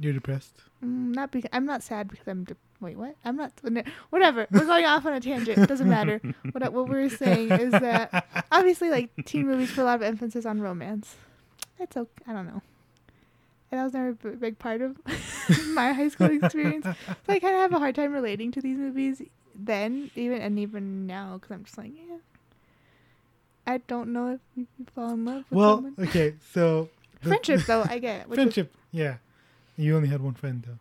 A: You're depressed.
B: mm, not because I'm not sad because I'm de- wait what I'm not no, whatever we're going off on a tangent it doesn't matter *laughs* what I- what we're saying is that obviously like teen movies put a lot of emphasis on romance that's okay I don't know and that was never a b- big part of *laughs* my high school experience so I kind of have a hard time relating to these movies then even and even now because I'm just like yeah I don't know if you you fall in love
A: *laughs*
B: with
A: well,
B: someone
A: okay, so the-
B: friendship though I get which is-
A: friendship, yeah. You only had one friend though.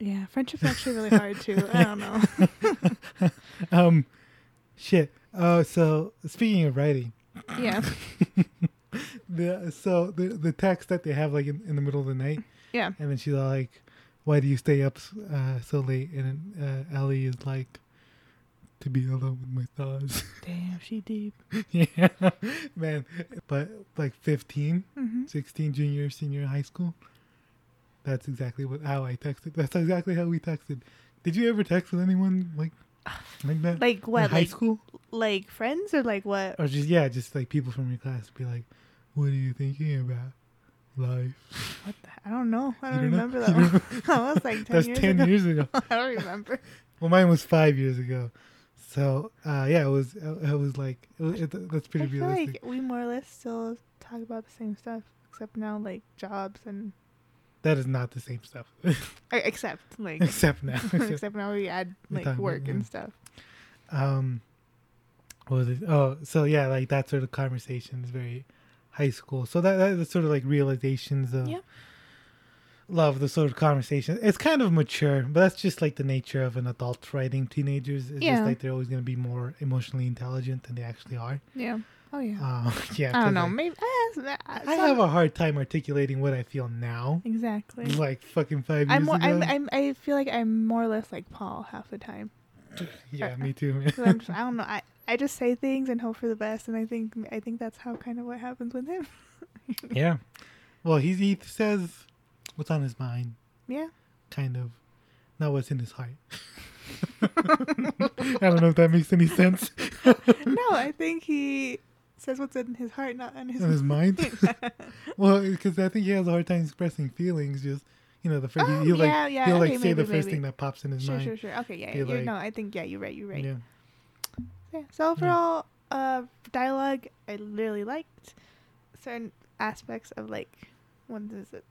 B: Yeah, friendship's actually really hard too. I don't
A: *laughs*
B: know.
A: Um, shit. Uh, so speaking of writing,
B: Yeah,
A: the so the the text that they have like in, in the middle of the night,
B: *laughs* yeah.
A: and then she's all like, "Why do you stay up s- uh, so late?" And uh, Ellie is like, "To be alone with my thoughts." *laughs*
B: Damn, she deep.
A: yeah, man. But like 15,
B: Mm-hmm.
A: 16, junior, senior high school. That's exactly what how I texted. That's exactly how we texted. Did you ever text with anyone like like
B: *sighs*
A: that?
B: Like what,
A: In high
B: like-
A: school
B: Like friends or like what?
A: or just yeah, just like people from your class be like, "What are you thinking about?" Life.
B: What the? I don't know. I don't,
A: You don't *laughs*
B: remember that. One. *laughs* that was like ten
A: That's
B: years
A: ten
B: ago.
A: years
B: *laughs*
A: ago.
B: I don't remember.
A: Well, mine was five years ago. So uh, yeah, it was. It was like it was, it, that's *laughs* pretty
B: I feel
A: realistic.
B: like we more or less still talk about the same stuff, except now like jobs and
A: that is not the same stuff, *laughs*
B: or except like *laughs*
A: except now. Except-
B: except now we add
A: We're
B: like
A: talking about-
B: work and
A: yeah.
B: stuff.
A: um what was it oh so yeah like that sort of conversation is very high school so that that's sort of like realizations of
B: Yeah.
A: love the sort of conversation it's kind of mature but that's just like the nature of an adult writing teenagers it's
B: Yeah.
A: just like they're always going to be more emotionally intelligent than they actually are
B: Yeah. Oh yeah.
A: uh, *laughs* yeah
B: I
A: 'cause,
B: don't know.
A: like,
B: Maybe eh,
A: i have a hard time articulating what i feel now
B: exactly.
A: like fucking five years
B: I'm more.
A: ago
B: I'm, I'm. I feel like I'm more or less like Paul half the time.
A: yeah
B: uh,
A: me too man.
B: Cause I'm just, I don't know. I, I just say things and hope for the best, and I think I think that's how kind of what happens with him.
A: *laughs* yeah well he's, he says what's on his mind
B: Yeah.
A: kind of not what's in his heart. *laughs* I don't know if that makes any sense
B: *laughs*
A: *laughs*
B: No, I think he says what's in his heart, not in his.
A: in his mind.
B: *laughs*
A: well, because I think he has a hard time expressing feelings. Just you know, the first
B: Oh,
A: he'll like
B: yeah, yeah,
A: he'll like
B: okay,
A: say the
B: maybe,
A: first
B: maybe.
A: thing that pops in his
B: sure,
A: mind.
B: sure, sure. Okay, yeah,
A: Be
B: you're,
A: like-
B: no, I think yeah, you're right, you're right.
A: Yeah.
B: Yeah. So overall, uh, dialogue I really liked. Certain aspects of like, what is it?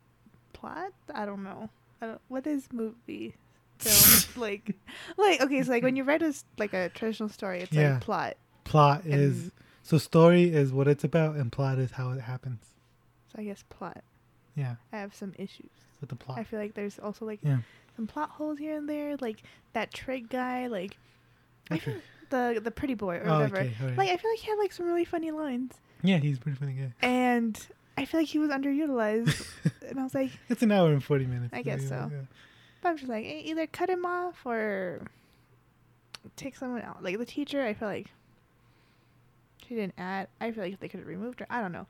B: Plot? I don't know. I don't, what is movie?
A: *laughs*
B: Film? like, like okay, so like when you write a s- like a traditional story, it's
A: Yeah.
B: like plot.
A: Plot is so story is what it's about, and plot is how it happens.
B: So I guess plot.
A: Yeah,
B: I have some issues.
A: with the
B: I
A: plot.
B: feel like there's also like
A: Yeah.
B: some plot holes here and there. Like that trick guy, like I feel
A: Okay.
B: the the pretty boy or
A: Oh,
B: whatever.
A: okay, alright.
B: Like I feel like he had like some really funny lines,
A: Yeah, he's a pretty funny guy.
B: and I feel like he was underutilized.
A: *laughs*
B: and I was like,
A: It's an hour and forty minutes.
B: I guess so. but I'm just like eh, either cut him off or take someone out. Like the teacher, I feel like she didn't add. I feel like they could have removed her. I don't know.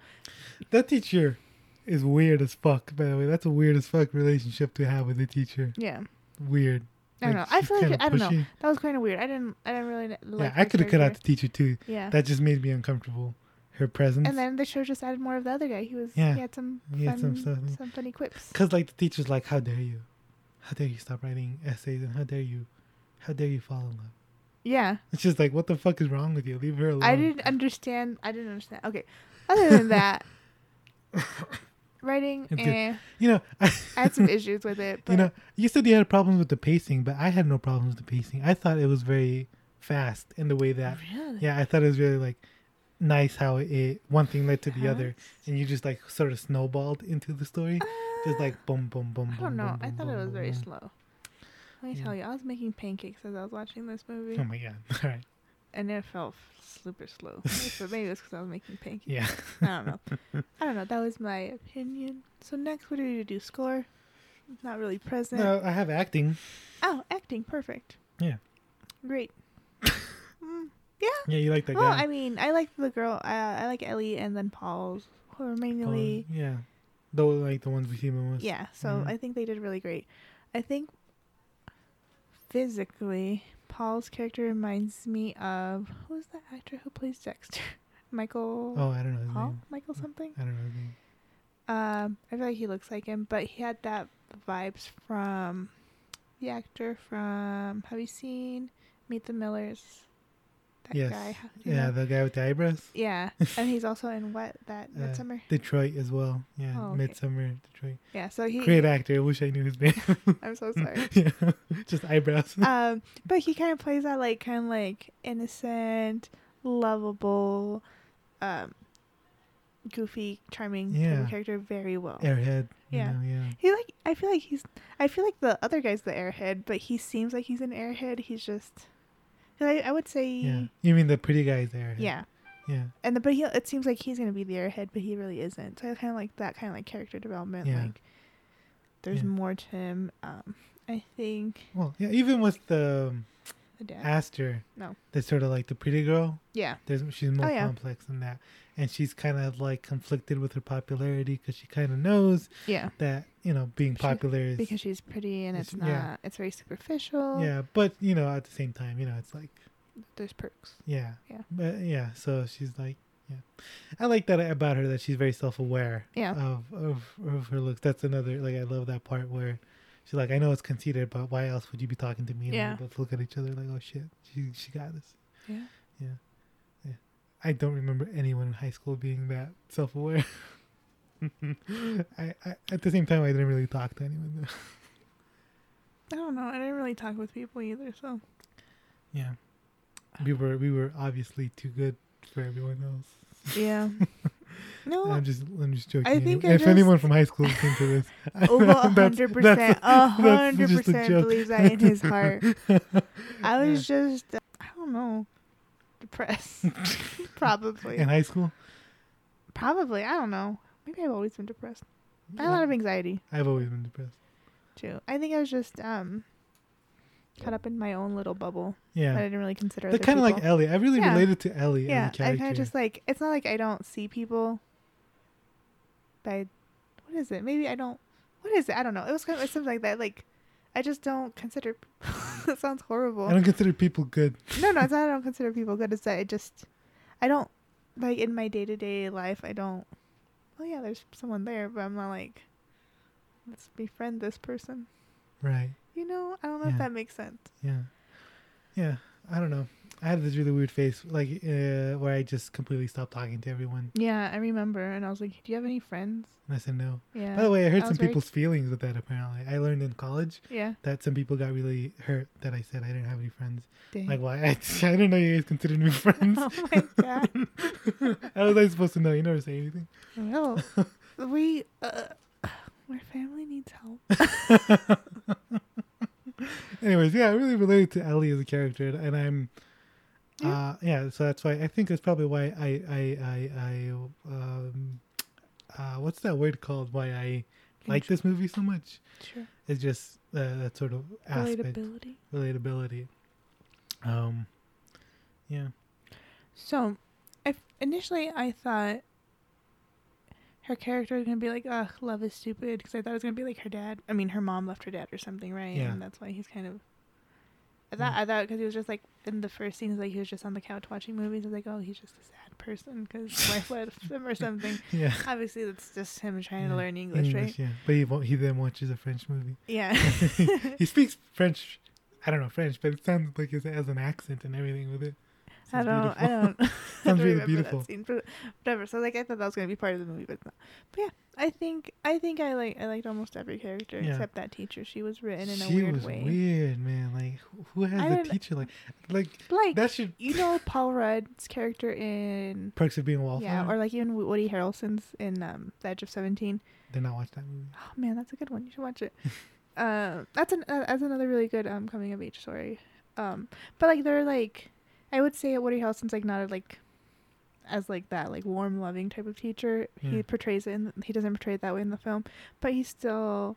A: That teacher is weird as fuck. By the way, that's a weird as fuck relationship to have with the teacher.
B: Yeah.
A: Weird.
B: I don't
A: Like,
B: know. I
A: she's
B: feel like
A: kinda
B: I don't know.
A: pushy.
B: That was kind of weird. I didn't. I didn't really like.
A: Yeah, I
B: her
A: could have cut out
B: character.
A: the teacher too.
B: Yeah.
A: That just made me uncomfortable. Her presence.
B: And then the show just added more of the other guy. He was
A: Yeah.
B: he had some
A: He had some
B: fun,
A: stuff, yeah.
B: some funny quips.
A: Because, like, the teacher's like, how dare you? How dare you stop writing essays? And how dare you? How dare you fall in love?
B: Yeah,
A: It's just like, what the fuck is wrong with you? Leave her alone.
B: I didn't understand. I didn't understand. Okay,
A: *laughs*
B: other than that, writing
A: It's good.
B: eh,
A: You know, *laughs* I,
B: I had some issues with it. But
A: you know, you said you had problems with the pacing, but I had no problems with the pacing. I thought it was very fast in the way that,
B: Really?
A: yeah, I thought it was really like nice how it one thing led to the other, and you just like sort of snowballed into the story, just like boom, boom, boom.
B: Uh, I don't
A: boom,
B: know.
A: boom,
B: I
A: boom,
B: thought it
A: boom,
B: was
A: boom, *laughs*
B: very
A: boom.
B: slow. Let me tell you, I was making pancakes as I was watching this movie,
A: Oh my god! *laughs* All right,
B: and it felt f- super
A: *laughs*
B: slow. but maybe it was because I was making pancakes.
A: yeah.
B: I don't know.
A: *laughs*
B: I don't know. That was my opinion. So next, what are you to do? Score? Not really present.
A: No, I have acting.
B: Oh, acting, perfect.
A: Yeah.
B: Great. mm, yeah.
A: Yeah, you like that
B: Well,
A: guy.
B: I mean, I like the girl. Uh, I like Ellie and then Paul's, who are
A: Oh,
B: mainly.
A: yeah. Though like the ones we see the most.
B: Yeah, so
A: Mhm.
B: I think they did really great. I think physically, Paul's character reminds me of. Who's the actor who plays Dexter? *laughs* Michael.
A: Oh, I don't know his
B: Paul?
A: name.
B: Michael something?
A: I don't know his name.
B: Um, I feel like he looks like him, but he had that vibes from the actor from Have you seen Meet the Millers? That
A: yes.
B: guy. you
A: yeah,
B: know?
A: the guy with the eyebrows.
B: yeah. And he's also in what that
A: Uh,
B: Midsummer.
A: Detroit as well. Yeah,
B: Oh, okay.
A: Midsummer Detroit.
B: Yeah. So he.
A: Great actor. I wish I knew his name.
B: *laughs*
A: *laughs*
B: I'm so sorry.
A: yeah, just eyebrows.
B: um, but he kind of plays that like kind of like innocent, lovable, um, goofy, charming type
A: Yeah.
B: of character very well.
A: Airhead. you
B: yeah.
A: know, yeah.
B: He like I feel like he's I feel like the other guy's the airhead, but he seems like he's an airhead. He's just 'cause I, I would say
A: Yeah.
B: yeah.
A: You mean the pretty guy is the airhead? Yeah.
B: And the, but he it seems like he's gonna be the airhead, but he really isn't. So I kind of like that kind of like character development.
A: Yeah.
B: Like there's
A: Yeah.
B: more to him. Um, I think
A: Well, yeah. Even with the um,
B: the dad.
A: Aster,
B: No.
A: that's sort of like the pretty girl.
B: yeah.
A: There's she's more
B: Oh, yeah.
A: complex than that, and she's kind of like conflicted with her popularity because she kind of knows
B: Yeah.
A: that you know being
B: She-
A: popular is
B: Because she's pretty and it's
A: it's-
B: not.
A: yeah.
B: It's very superficial.
A: yeah, but you know at the same time you know it's like
B: There's perks.
A: Yeah.
B: Yeah.
A: But yeah, so she's like, yeah, I like that about her that she's very self-aware.
B: Yeah.
A: Of of of her looks. That's another like I love that part where she's like, I know it's conceited, but why else would you be talking to me? And we
B: Yeah.
A: both look at each other like, oh shit, she she got this.
B: Yeah.
A: Yeah. Yeah. I don't remember anyone in high school being that self-aware. *laughs* I, I at the same time I didn't really talk to anyone though.
B: I don't know. I didn't really talk with people either. So
A: Yeah. We were we were obviously too good for everyone else. *laughs*
B: yeah. no.
A: I'm
B: *laughs*
A: just, I'm just joking.
B: I
A: Any-
B: think I
A: if
B: just-
A: anyone from high school is listening
B: *laughs*
A: to this, *laughs*
B: Over
A: that's-
B: oh, hundred percent,
A: that's-
B: a
A: that's
B: hundred
A: just a
B: percent
A: joke.
B: believes that in
A: *laughs*
B: his heart. I was just, I don't know,
A: *laughs*
B: depressed. probably,
A: in high school.
B: probably. I don't know. Maybe I've always been depressed. I had a lot of anxiety
A: I've always been depressed.
B: too. I think I was just um caught up in my own little bubble. But I
A: Yeah,
B: didn't really consider.
A: but
B: Other
A: kind of like
B: people.
A: Ellie. I really
B: Yeah.
A: related to Ellie
B: yeah.
A: as a
B: I
A: character.
B: kind of just like it's not like I don't see people. But I, what is it? Maybe I don't. What is it? I don't know. It was kind of something like that. Like I just don't consider. *laughs* that sounds horrible.
A: I don't consider people good.
B: no, no, it's not. I don't consider people good. It's that I just, I don't like in my day to day life. I don't. Well, yeah, there's someone there, but I'm not like, let's befriend this person.
A: Right.
B: You know, I don't know
A: Yeah.
B: if that makes sense.
A: Yeah. Yeah. I don't know. I had this really weird face, like uh, where I just completely stopped talking to everyone.
B: Yeah, I remember. And I was like, do you have any friends?
A: And I said no.
B: Yeah.
A: By the way, I heard
B: I
A: some
B: was very-
A: people's feelings with that. Apparently, I learned in college
B: Yeah.
A: that some people got really hurt that I said I didn't have any friends.
B: Dang.
A: Like, why? *laughs* I, I don't know. You guys considered me *laughs* friends.
B: *laughs* oh my god.
A: How was I supposed to know? You never say anything. *laughs*
B: Well, we, uh, my family needs help.
A: *laughs* Anyways, yeah, I really related to Ellie as a character, and I'm, uh, yeah. So that's why I think that's probably why I, I, I, I, um, uh, what's that word called? Why I *laughs* like this movie so much?
B: Sure.
A: It's just uh, that sort of aspect
B: Relatability.
A: relatability. Um,
B: *laughs*
A: yeah,
B: So, I initially I thought her character was gonna be like, "Ugh, love is stupid," because I thought it was gonna be like her dad. I mean, her mom left her dad or something, right?
A: Yeah.
B: And that's why he's kind of. I thought I thought because he was just like in the first scenes, like he was just on the couch watching movies. I was like, "Oh, he's just a sad person because
A: *laughs*
B: wife left him or something."
A: yeah.
B: Obviously, that's just him trying to
A: Yeah.
B: learn English, right?
A: yeah. But he wa- he then watches a French movie.
B: *laughs*
A: *laughs*
B: Yeah.
A: he speaks French. I don't know French, but it sounds like it has an accent and everything with it.
B: I
A: Sounds
B: don't. I
A: beautiful.
B: don't. *laughs* I don't
A: Sounds really
B: remember
A: beautiful.
B: That scene, but whatever. So like, I thought that was gonna be part of the movie, but it's not. But yeah, I think I think I like I liked almost every character
A: Yeah.
B: except that teacher. She was written in a
A: she
B: weird
A: was
B: way.
A: weird, man. Like who- who
B: I
A: has a
B: don't-
A: teacher like like
B: Like
A: that should
B: you know Paul Rudd's character in
A: Perks of Being a Wallflower.
B: yeah, or like even Woody Harrelson's in um, The Edge of Seventeen.
A: did not watch that movie.
B: Oh man, that's a good one. You
A: *laughs*
B: should watch it. um, that's an uh, that's another really good um coming of age story. Um, but like they're like, I would say Woody Harrelson's like not a, like, as like that like warm loving type of teacher.
A: Yeah.
B: He portrays it. In, he doesn't portray it that way in the film, but he's still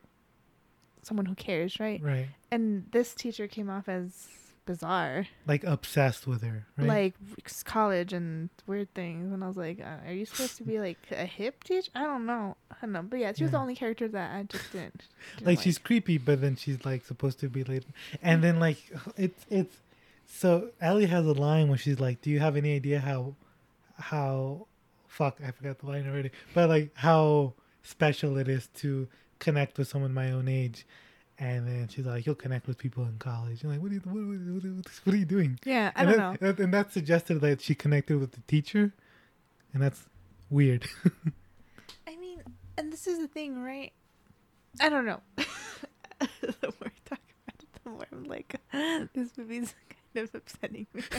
B: someone who cares, *gasps* right?
A: Right,
B: And this teacher came off as bizarre,
A: like obsessed with her. Right,
B: like s- college and weird things. And I was like, uh, are you supposed
A: *laughs*
B: to be like a hip teacher? I don't know. I don't know. But yeah, she was the
A: Yeah.
B: only character that I
A: *laughs*
B: just didn't. didn't
A: like she's creepy, but then she's like supposed to be late,
B: Mm-hmm.
A: and then like *sighs* it's it's so Ellie has a line where she's like, "Do you have any idea how how fuck I forgot the line already, but like how special it is to connect with someone my own age." And then she's like, "You'll connect with people in college." You're like, "What are you, what, what, what, what are you doing?"
B: Yeah, I
A: and
B: don't know.
A: that, that- and that suggested that she connected with the teacher, and that's
B: *laughs*
A: weird.
B: I mean, and this is the thing, right? I don't know. *laughs* the more I talk about it, the more I'm like, *gasps* this movie's *laughs* kind of upsetting me. *laughs*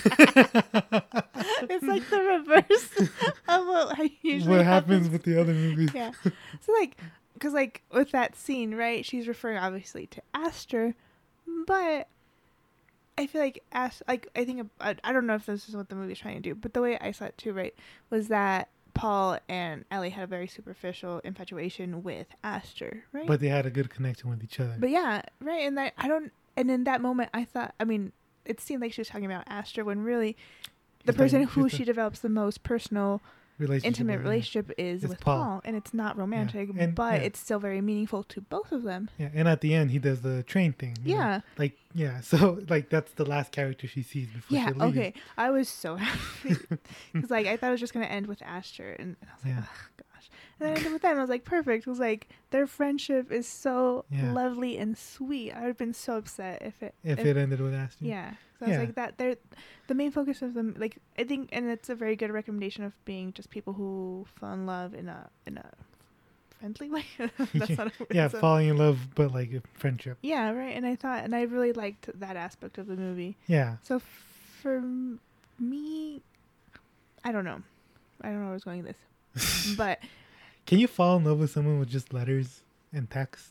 B: it's like
A: *laughs*
B: the reverse *laughs* of what I usually.
A: what happens with the other movies?
B: Yeah. So like, because like with that scene, right? She's referring obviously to Aster, but I feel like Ast like I think I, I don't know if this is what the movie's trying to do, but the way I saw it too, right, was that Paul and Ellie had a very superficial infatuation with Aster, right?
A: But they had a good connection with each other.
B: But yeah, right, and that I don't. And in that moment, I thought, I mean, it seemed like she was talking about Aster when really. The
A: She's talking-
B: person who
A: she's
B: she
A: talking-
B: develops the most personal
A: relationship
B: intimate
A: with them.
B: relationship is
A: It's
B: with Paul.
A: Paul.
B: and it's not romantic,
A: and-
B: but
A: yeah.
B: it's still very meaningful to both of them.
A: Yeah, and at the end he does the train thing. you know?
B: Yeah.
A: Like yeah, *laughs* so like that's the last character she sees before
B: yeah,
A: she leaves.
B: okay. I was
A: *laughs*
B: so *laughs* happy because like I thought it was just gonna end with Asher, and, and I was like,
A: Yeah.
B: oh gosh, and then I ended with them. I was like, perfect. It was like their friendship is so
A: Yeah.
B: lovely and sweet. I would have been so upset if it
A: If it ended with Ashton.
B: Yeah. So I was
A: Yeah.
B: like that they're the main focus of them like I think and it's a very good recommendation of being just people who fall in love in a in a friendly *laughs* way. That's not a word.
A: *laughs* Yeah,
B: so-
A: falling in love but like a friendship.
B: Yeah, right. And I thought and I really liked that aspect of the movie.
A: Yeah.
B: So f- for m- me I don't know. I don't know where I was going with this. but
A: *laughs* Can you fall in love with someone with just letters and text?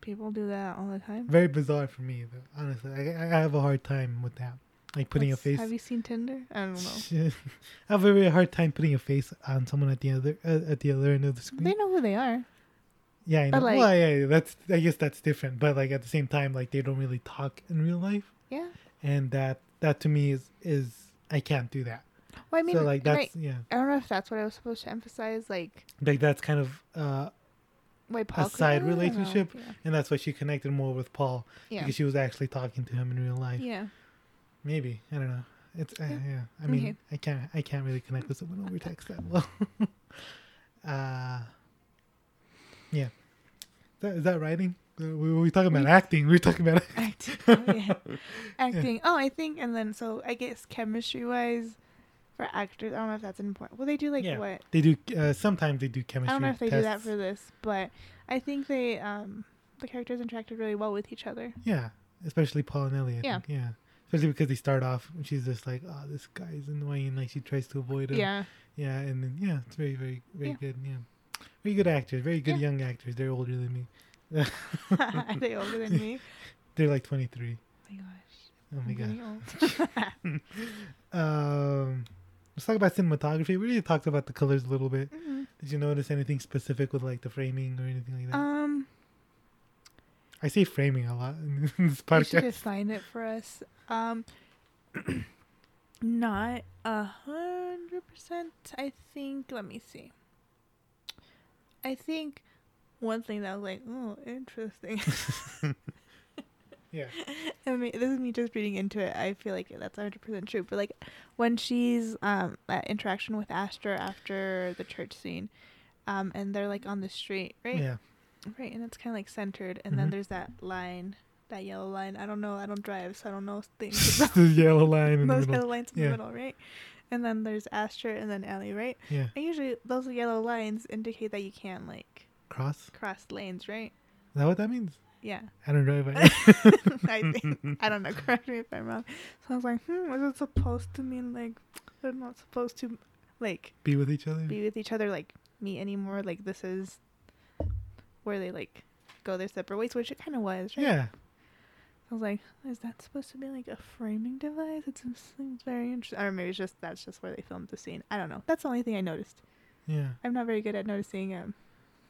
B: people do that all the time.
A: Very bizarre for me though. Honestly. I, I have a hard time with that. Like putting
B: What's-
A: a face
B: Have you seen Tinder? I don't know.
A: *laughs* I have a very hard time putting a face on someone at the other uh, at the other end of the screen.
B: They know who they are.
A: yeah, I know.
B: but, like-
A: well, yeah, yeah, that's I guess that's different. But like at the same time, like they don't really talk in real life,
B: Yeah.
A: and that that to me is is I can't do that.
B: Well, I mean,
A: so like
B: and I-
A: that's yeah,
B: I don't know if that's what I was supposed to emphasize, like
A: like that's kind of uh,
B: why
A: a
B: Paul could- I
A: side
B: don't know.
A: relationship,
B: Yeah.
A: and that's why she connected more with Paul
B: Yeah.
A: because she was actually talking to him in real life. *laughs*
B: Yeah.
A: Maybe I don't know. It's uh,
B: Yeah.
A: yeah. I mean,
B: Okay.
A: I can't I can't really connect with someone over text that well. *laughs* uh, yeah. Is that, is that writing? Uh, We were talking
B: Mm.
A: about acting. We were talking about *laughs*
B: acting. Oh, yeah. acting. Oh, I think, and then so I guess chemistry wise for actors, I don't know if that's important. Well, they do like
A: yeah.
B: what?
A: They do. Uh, sometimes they do chemistry.
B: I don't know if they do that
A: tests.
B: for this, but I think they um the characters interacted really well with each other.
A: Yeah, especially Paul and Ellie. I
B: Yeah.
A: Think. Yeah. Especially because they start off, and she's just like, "Oh, this guy's annoying." Like she tries to avoid him.
B: Yeah, *laughs*
A: Yeah, and then yeah, it's very, very, very
B: Yeah.
A: good. Yeah, very good actors. Very good
B: Yeah.
A: young actors. They're older than me.
B: are they older than me?
A: They're like twenty three.
B: *laughs* Oh my
A: Oh my
B: gosh, I'm
A: god.
B: getting old.
A: Um, let's talk about cinematography. We already talked about the colors a little bit.
B: Mhm.
A: Did you notice anything specific with like the framing or anything like that?
B: um,
A: I say framing a lot in *laughs* this
B: you should
A: podcast.
B: define it for us. Um, *clears throat* not a hundred percent. I think. Let me see. I think one thing that was like, oh, interesting. *laughs*
A: Yeah.
B: I mean, this is me just reading into it. I feel like that's 100% true. But, like, when she's um at interaction with Astra after the church scene, um, and they're, like, on the street, right?
A: Yeah. *laughs* Mm-hmm.
B: Right, and it's kind of, like, centered. And then there's that line, that yellow line. I don't know. I don't drive, so I don't know things *laughs* about
A: the yellow line *laughs* in the
B: those
A: middle.
B: yellow lines in
A: Yeah.
B: the middle, right? And then there's Astra and then Ellie, right?
A: Yeah.
B: And usually those yellow lines indicate that you can't, like,
A: Cross. Is
B: cross lanes, right?
A: that what that means?
B: Yeah.
A: I don't know. But
B: *laughs* I
A: *laughs*
B: think I don't know. *laughs* Correct me if I'm wrong. So I was like, hmm, was it supposed to mean like they're not supposed to like
A: be with each other.
B: be with each other like meet anymore? Like this is where they like go their separate ways, which it kind of was, right?
A: Yeah.
B: I was like, is that supposed to be like a framing device? It seems seems very interesting. Or maybe it's just that's just where they filmed the scene. I don't know. That's the only thing I noticed.
A: Yeah.
B: I'm not very good at noticing um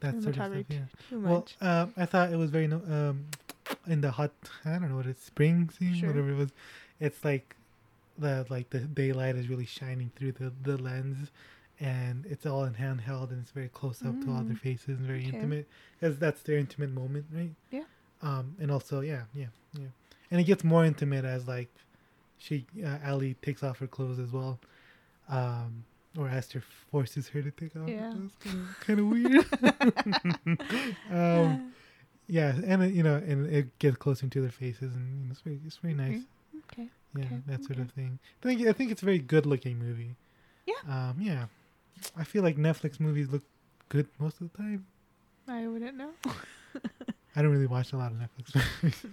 A: That sort of stuff.
B: Cinematography.
A: Yeah.
B: too
A: Well,
B: much.
A: um, I thought it was very no, um, in the hot. I don't know what it's spring scene,
B: Sure.
A: whatever it was. It's like the like the daylight is really shining through the the lens, and it's all in handheld and it's very close up to all their faces and very
B: Mm. Okay.
A: intimate. Because that's their intimate moment, right?
B: Yeah.
A: Um, and also, yeah, yeah, yeah, and it gets more intimate as like she uh, Allie takes off her clothes as well. Um, or Esther forces her to take off. her
B: Yeah.
A: clothes. Kind of weird.
B: *laughs*
A: *laughs* um, yeah, and it, you know, and it gets closer to their faces, and you know, it's very, it's very nice.
B: Mm-hmm. okay.
A: Yeah,
B: Okay,
A: that sort
B: okay.
A: of thing. I think I think it's a very good looking movie.
B: Yeah.
A: Um. Yeah, I feel like Netflix movies look good most of the time.
B: I wouldn't know.
A: I don't really watch a lot of Netflix *laughs* movies.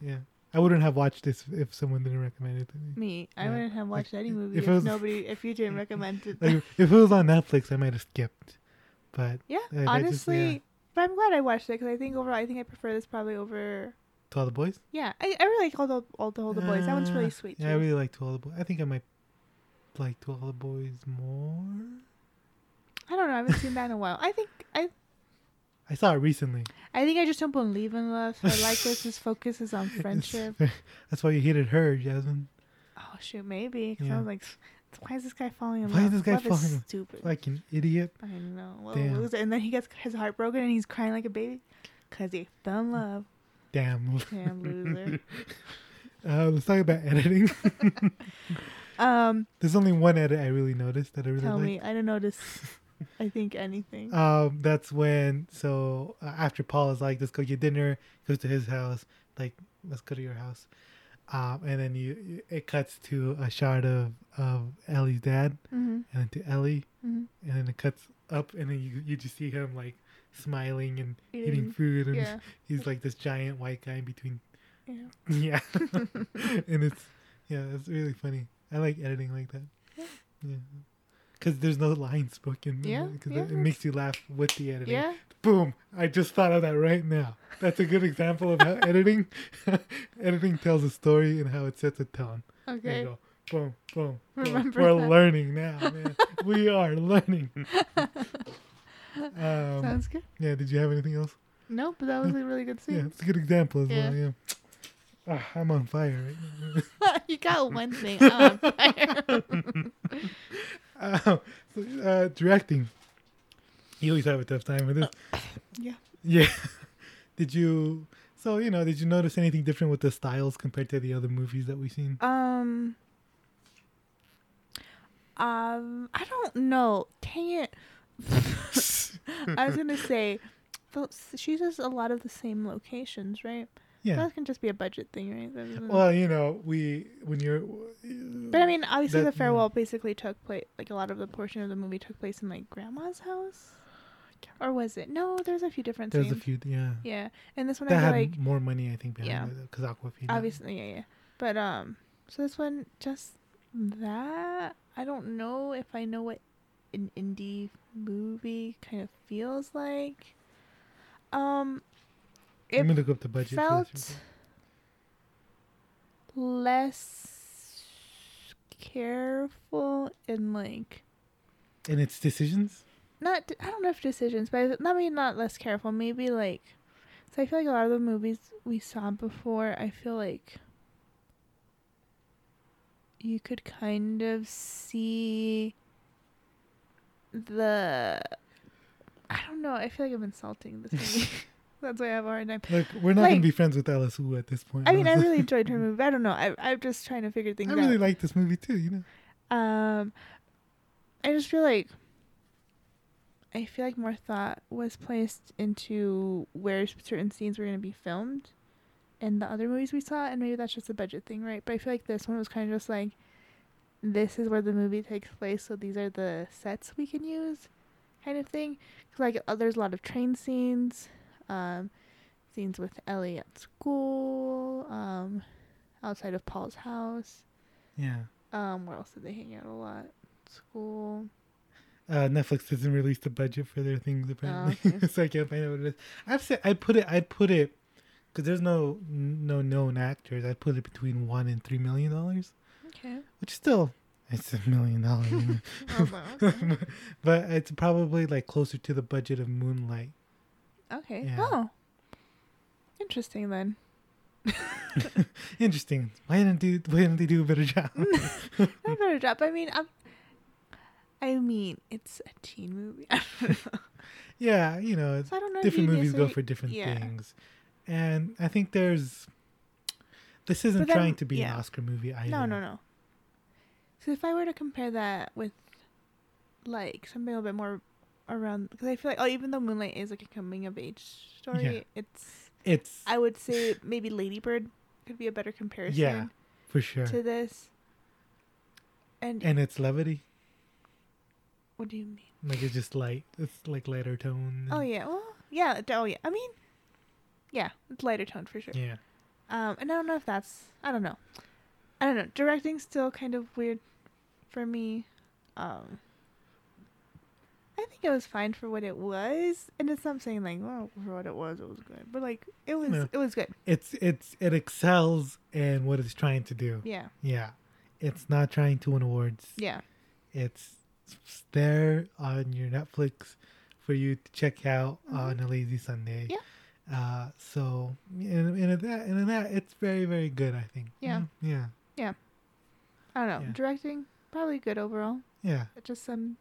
A: yeah, I wouldn't have watched this if someone didn't recommend it to me.
B: Me, I
A: Yeah.
B: wouldn't have watched any
A: if
B: movie
A: it
B: if,
A: was-
B: nobody, if you didn't recommend it.
A: *laughs* Like if it was on Netflix, I might have skipped. But
B: yeah,
A: I- I just-
B: honestly,
A: yeah.
B: but I'm glad I watched it because I think overall, I think I prefer this probably over.
A: To All the Boys.
B: Yeah, I, I really like all the all the, all the boys. That one's
A: Uh,
B: really sweet. Too.
A: Yeah, I really like To All the Boys. I think I might like To All the Boys more.
B: I don't know. I haven't seen that in a while. I think I
A: I saw it recently.
B: I think I just don't believe in love. So I like this. This
A: *laughs*
B: focuses on friendship.
A: That's why you hated her, Jasmine.
B: Oh shoot, maybe. 'cause
A: Yeah.
B: I was like, why is this guy falling in
A: Why is
B: love?
A: this guy
B: love
A: falling in-
B: is stupid.
A: Like an idiot.
B: I know. What a
A: Damn.
B: loser. And then he gets his heart broken and he's crying like a baby because he fell in love.
A: Damn. *laughs*
B: Damn loser.
A: Uh, let's talk about *laughs* editing.
B: um.
A: There's only one edit I really noticed that I really
B: Tell
A: liked.
B: me, I didn't notice. I
A: *laughs*
B: think anything.
A: Um, that's when. So uh, after Paul is like, "Let's go get dinner," goes to his house. Like, "Let's go to your house," um, and then you, you- it cuts to a shot of of Ellie's dad,
B: Mhm.
A: and then to Ellie,
B: Mhm.
A: and then it cuts up, and then you you just see him like smiling and eating,
B: Eating.
A: food, and
B: Yeah.
A: *laughs* he's like this giant white guy in between.
B: Yeah. *laughs*
A: Yeah, *laughs* and it's yeah, it's really funny. I like editing like that. Yeah, because there's no lines spoken. *laughs*
B: Yeah,
A: because
B: yeah,
A: it makes you laugh with the editing.
B: Yeah.
A: Boom! I just thought of that right now. That's a good example
B: *laughs*
A: of how editing, *laughs* editing tells a story and how it sets a tone. There you
B: Okay.
A: go. Boom! Boom! boom.
B: Remember
A: We're
B: that.
A: learning now,
B: *laughs*
A: man. we are learning. um,
B: Sounds good.
A: yeah. Did you have anything else?
B: No, but that was a really good
A: *laughs* Yeah,
B: scene.
A: it's a good example as
B: Yeah.
A: well. Yeah. Ah, I'm on fire right now.
B: *laughs* you got
A: *laughs*
B: one thing. Um,
A: Uh, so, uh, directing. You always have a tough time with this.
B: *coughs* yeah.
A: Yeah. *laughs* did you? So you know, did you notice anything different with the styles compared to the other movies that we've seen?
B: Um. *laughs*
A: *laughs*
B: Um. I don't know. Dang it. I was gonna say the, she uses a lot of the same locations, right?
A: Yeah.
B: That can just be a budget thing, right? That doesn't-
A: Well, you know, we when you're
B: but I mean, obviously,
A: that- mm.
B: the farewell basically took place. Like a lot of the portion of the movie took place in like grandma's house, or was it? No, there's a few different
A: there's a
B: scenes.
A: few yeah
B: Yeah, and this one
A: that
B: I feel
A: had
B: like
A: more money I think
B: yeah.
A: behind it because Aquafina.
B: obviously, yeah, yeah. But um, so this one just that I don't know if I know what an indie movie kind of feels like. Um,
A: Let
B: it
A: me look up the budget. for this
B: felt less careful in like
A: real quick. and its
B: *laughs*
A: decisions.
B: not I don't know if decisions, but I- not maybe not less careful. Maybe like so. I feel like a lot of the movies we saw before, I feel like you could kind of see the. I don't know. I feel like I'm
A: *laughs*
B: insulting this movie. *laughs* That's why I have a hard time.
A: Like we're not gonna
B: Like-
A: be friends with Alice Wu at this point.
B: I mean, I
A: honestly.
B: really enjoyed her movie. I don't know. I, I'm just trying to figure things
A: I really
B: out.
A: like this movie too. You know,
B: Um, I just feel like I feel like more thought was placed into where certain scenes were going to be filmed, in the other movies we saw, and maybe that's just a budget thing, right? But I feel like this one was kind of just like, this is where the movie takes place, so these are the sets we can use, kind of thing. 'Cause, like uh, there's a lot of train scenes, um, scenes with Ellie at school, um, outside of Paul's house.
A: yeah.
B: Um, where else did they hang out a lot? School.
A: Uh, Netflix doesn't release the budget for their things apparently,
B: Oh,
A: *laughs*
B: okay.
A: so I can't find out what it is. I've said I put it. I put it because there's no no known actors. I put it between one and three million dollars,
B: Okay.
A: which is still it's a million dollars. *laughs* you
B: *laughs*
A: know. but it's probably like closer to the budget of Moonlight.
B: okay.
A: Yeah.
B: Oh. Interesting then.
A: Interesting. Why didn't they, why didn't they do a better *laughs* job? Hmm.
B: I better drop. I mean, I'm, I mean, it's a teen movie. *laughs*
A: yeah, you know,
B: So I don't know if
A: different
B: you
A: movies go
B: necessarily-
A: for different
B: yeah.
A: things, and I think there's this isn't
B: But then-
A: trying to be an
B: yeah.
A: Oscar movie either.
B: no, no, no. So if I were to compare that with, like, something a little bit more around, because I feel like, oh, even though Moonlight is like a coming of age story,
A: Yeah.
B: it's
A: It's
B: I would say maybe Ladybird could be a better comparison
A: yeah, for sure,
B: to this. And,
A: and it's levity.
B: what do you mean?
A: Like it's just light. It's like lighter tone.
B: Oh
A: and-
B: yeah, well, yeah, d- oh yeah. I mean, yeah, it's lighter tone for sure.
A: yeah.
B: Um, and I don't know if that's I don't know, I don't know. Directing's still kind of weird for me. Um, I think it was fine for what it was, and it's not saying like well for what it was it was good, but like it was
A: know.
B: it was good.
A: It's it's it excels in what it's trying to do.
B: Yeah,
A: Yeah, it's not trying to win awards.
B: yeah,
A: It's it's there on your Netflix for you to check out on a lazy Sunday.
B: Mm-hmm. Yeah.
A: Uh, so and, and in that and in that it's very very good. I think.
B: Yeah.
A: Mhm. Yeah.
B: I don't know.
A: Yeah.
B: Directing probably good overall.
A: Yeah.
B: Just some,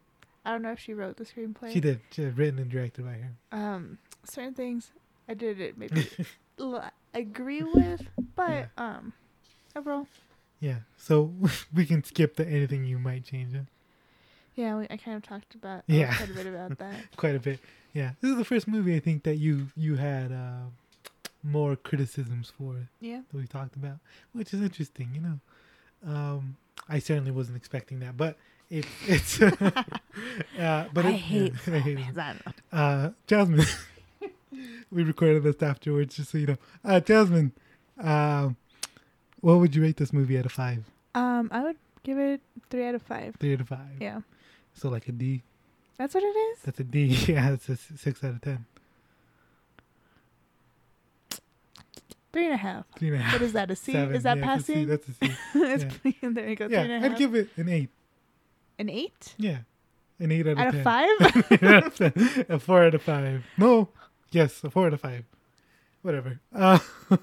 B: I don't know if she wrote the screenplay.
A: She did. She did, written and directed by her.
B: um certain things I did it maybe l- agree with, but
A: Yeah.
B: um overall,
A: *laughs* Yeah. So *laughs* we can skip the anything you might change it
B: yeah, we, I kind of talked about uh,
A: Yeah.
B: quite a bit about that.
A: *laughs* quite a bit. Yeah. This is the first movie I think that you you had uh, more criticisms for
B: Yeah,
A: that we talked about, which is interesting. You know, um, I certainly wasn't expecting that, but it, it's. *laughs* uh, but
B: I
A: it-
B: hate
A: I hate it.
B: romance. I don't know.
A: Uh, Jasmine, *laughs* we recorded this afterwards, just so you know. Uh, Jasmine, um, what would you rate this movie out of five?
B: Um, I would give it three out of five.
A: Three out of five.
B: Yeah,
A: So like a D.
B: that's what it is.
A: That's a D. *laughs* Yeah, it's a s- six out of ten.
B: Three and a half.
A: Three and a half.
B: What is that? A C?
A: seven.
B: is that
A: Yeah, it's a C.
B: passing?
A: That's a C.
B: *laughs* It's pretty- there you go. three
A: yeah,
B: and a
A: I'd
B: half.
A: give it an eight.
B: an eight
A: Yeah, an eight out of
B: out
A: ten.
B: of
A: *laughs*
B: five. *laughs*
A: a four out of five. No, yes, a four out of five. Whatever. Uh, *laughs*
B: I'd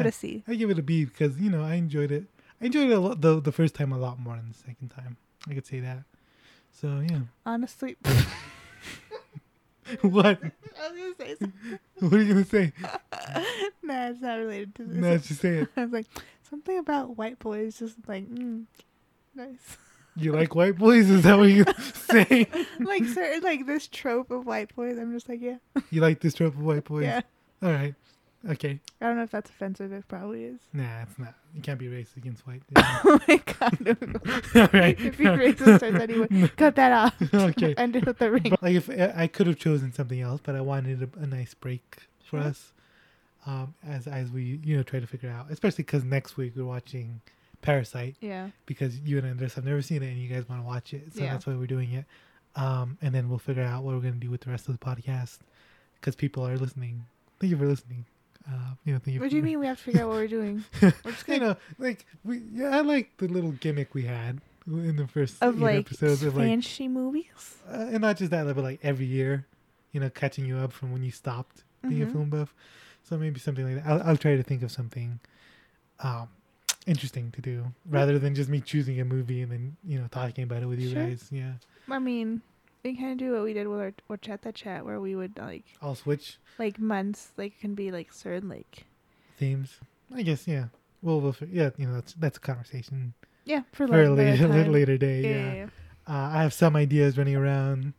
A: Yeah.
B: it a C.
A: I give it a B because you know I enjoyed it. I enjoyed it a lot, the the first time a lot more than the second time. I could say that. So yeah, *laughs*
B: Honestly, *laughs*
A: what
B: I was gonna say something.
A: what are you gonna say?
B: *laughs* nah, it's not related to this. *laughs*
A: No, just say it.
B: I was like, something about white boys just like, mm, nice. *laughs*
A: You like white boys? Is that what you *laughs* say? *laughs*
B: like certain like this trope of white boys. I'm just like, yeah,
A: You like this trope of white boys?
B: yeah.
A: All right. Okay.
B: I don't know if that's offensive. It
A: *laughs*
B: probably is. *laughs*
A: Nah, it's not. You can't be racist against white.
B: oh my god. no.
A: *laughs* All right.
B: if you're racist
A: *laughs*
B: towards anyone, cut that off. *laughs*
A: Okay.
B: Under the ring.
A: But, like if eh, I I could have chosen something else, but I wanted a, a nice break for us, um, as as we you know try to figure out, especially because next week we're watching Parasite *laughs*
B: Yeah.
A: because you and Andres have never seen it and you guys want to watch it, so
B: Yeah.
A: that's why we're doing it. Um, and then we'll figure out what we're gonna do with the rest of the podcast because people are listening. Thank you for listening. Uh, you know, thank you.
B: What
A: for
B: do you mean we have to figure out what we're doing? We're just
A: *laughs* you
B: gonna
A: know, like we, yeah, I like the little gimmick we had in the first
B: of
A: you know,
B: like
A: episodes of like
B: fancy movies.
A: uh, and not just that, but like every year, you know, catching you up from when you stopped being
B: Mm-hmm.
A: a film buff. So maybe something like that. I'll, I'll try to think of something um, interesting to
B: Mm.
A: do rather than just me choosing a movie and then you know talking about it with you
B: Sure.
A: guys. Yeah,
B: I mean, we kind of do what we did with our or chat that chat where we would like
A: I'll switch
B: like months like can be like certain like
A: themes. I guess yeah. Well, we'll fi- yeah, you know that's that's a conversation
B: yeah for
A: for
B: like
A: a *laughs* later, later day.
B: Yeah.
A: Yeah,
B: yeah, yeah.
A: Uh, I have some ideas running around,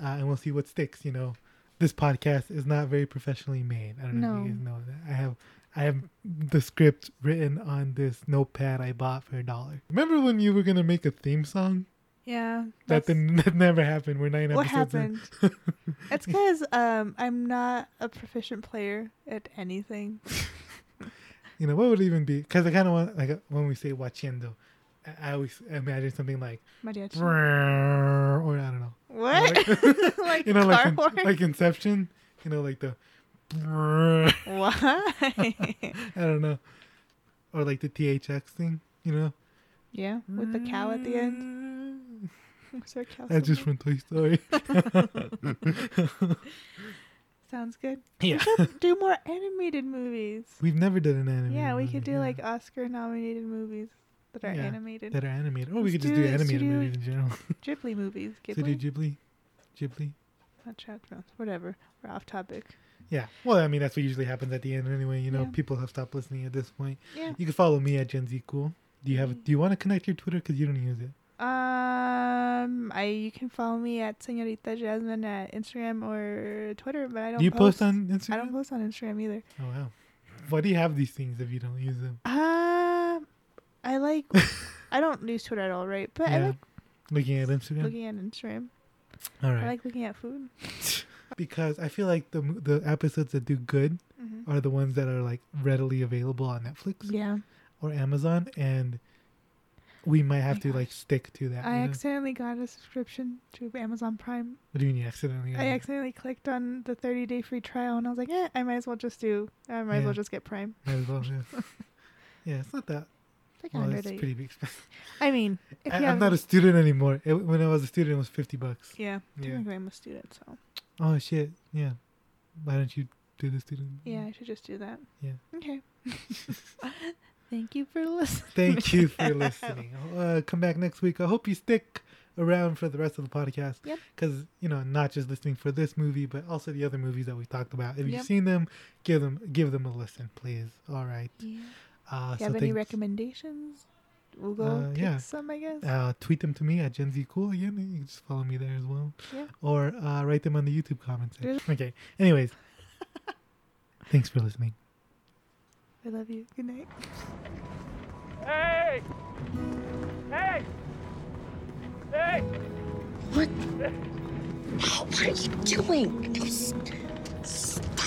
A: uh, and we'll see what sticks. You know, this podcast is not very professionally made. I don't know if you
B: No.
A: guys know that. I have I have the script written on this notepad I bought for a dollar. Remember when you were gonna make a theme song?
B: Yeah,
A: That
B: that's-
A: then *laughs* that never happened. We're nine
B: what
A: episodes
B: happened.
A: *laughs* in.
B: It's because um I'm not a proficient player at anything.
A: you know what would it even be? Because I kind of want like uh, when we say "wachendo," I, I always imagine something like
B: Mariachi.
A: or I don't know.
B: What?
A: Like- *laughs*
B: *laughs* like,
A: you know, like
B: car
A: in,
B: horn?
A: like Inception. You know, like the.
B: *laughs* Why?
A: I don't know. Or like the THX thing, you know?
B: *laughs*
A: Mm.
B: yeah, with the cow at the end. Is there a cow
A: That's just
B: somewhere?
A: from Toy Story. *laughs*
B: sounds good.
A: yeah.
B: Do more animated movies.
A: We've never done an anime.
B: yeah, we could do like Oscar-nominated movies that are
A: Yeah,
B: animated.
A: That are animated. Or we
B: Let's
A: could just
B: do
A: do
B: it,
A: animated
B: studio-
A: movies in general. *laughs*
B: Ghibli movies.
A: Studio
B: Ghibli.
A: Ghibli? Ghibli?
B: Not Shrek, no, Whatever. We're off topic.
A: Yeah. Well, I mean, that's what usually happens at the end anyway. You know,
B: Yeah.
A: people have stopped listening at this point.
B: Yeah. Mm.
A: You can follow me at Gen Z Cool. Do you have? Do you want to connect your Twitter? Because you don't use it.
B: Um, I you can follow me at Senorita Jasmine at Instagram or Twitter, but I don't.
A: Do you post, on Instagram?
B: I don't post on Instagram either.
A: Oh wow. Why do you have these things if you don't use them?
B: Um, I like.
A: *laughs*
B: I don't use Twitter at all, right? But I like
A: Looking at Instagram.
B: looking at Instagram.
A: All right.
B: I like looking at food.
A: because I feel like the mo- the episodes that do good are the ones that are like readily available on Netflix
B: Mm-hmm. Yeah,
A: or Amazon, and we might have to like stick to that.
B: I
A: you know?
B: accidentally got a subscription to Amazon Prime.
A: what do you mean you accidentally?
B: I accidentally clicked on the 30 day free trial, and I was like, eh, I might as well just do. I might as
A: Yeah.
B: well just get Prime.
A: Might as well,
B: *laughs*
A: yeah. yeah, it's not that.
B: It's like a
A: Well, it's
B: hundred. a-
A: pretty expensive.
B: I mean, if
A: I,
B: you
A: I'm
B: have,
A: not a student anymore. It, when I was a student, it was fifty bucks.
B: yeah,
A: Yeah.
B: technically I'm a student, so
A: Oh shit! Yeah, why don't you do the student? *laughs*
B: yeah, I should just do that.
A: Mm-hmm. Yeah.
B: Okay. Thank you for listening.
A: Thank you
B: *laughs*
A: for listening. Uh, come back next week. I hope you stick around for the rest of the podcast.
B: Yep.
A: Because, you know, not just listening for this movie, but also the other movies that we talked about. If
B: Yep.
A: you've seen them, give them give them a listen, please. All right. Uh,
B: If you have any
A: thanks.
B: recommendations, we'll go
A: Uh,
B: pick
A: yeah.
B: some, I guess.
A: Uh, tweet them to me at Gen Z Cool again. You can just follow me there as well.
B: Yeah.
A: Or uh, write them on the YouTube comments.
B: Really?
A: Okay. Anyways,
B: *laughs*
A: thanks for listening.
B: I love you. Good night.
I: Hey! Hey! Hey!
G: What? Oh, what are you doing? No, s- stop.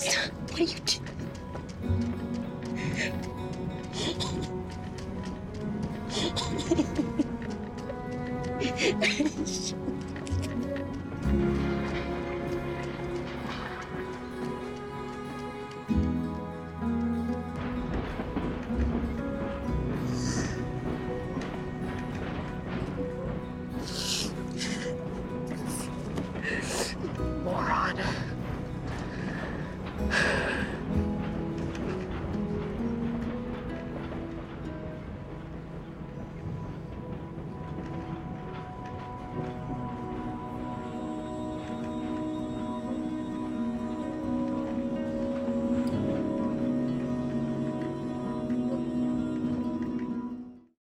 G: Stop. What are you doing? Moron.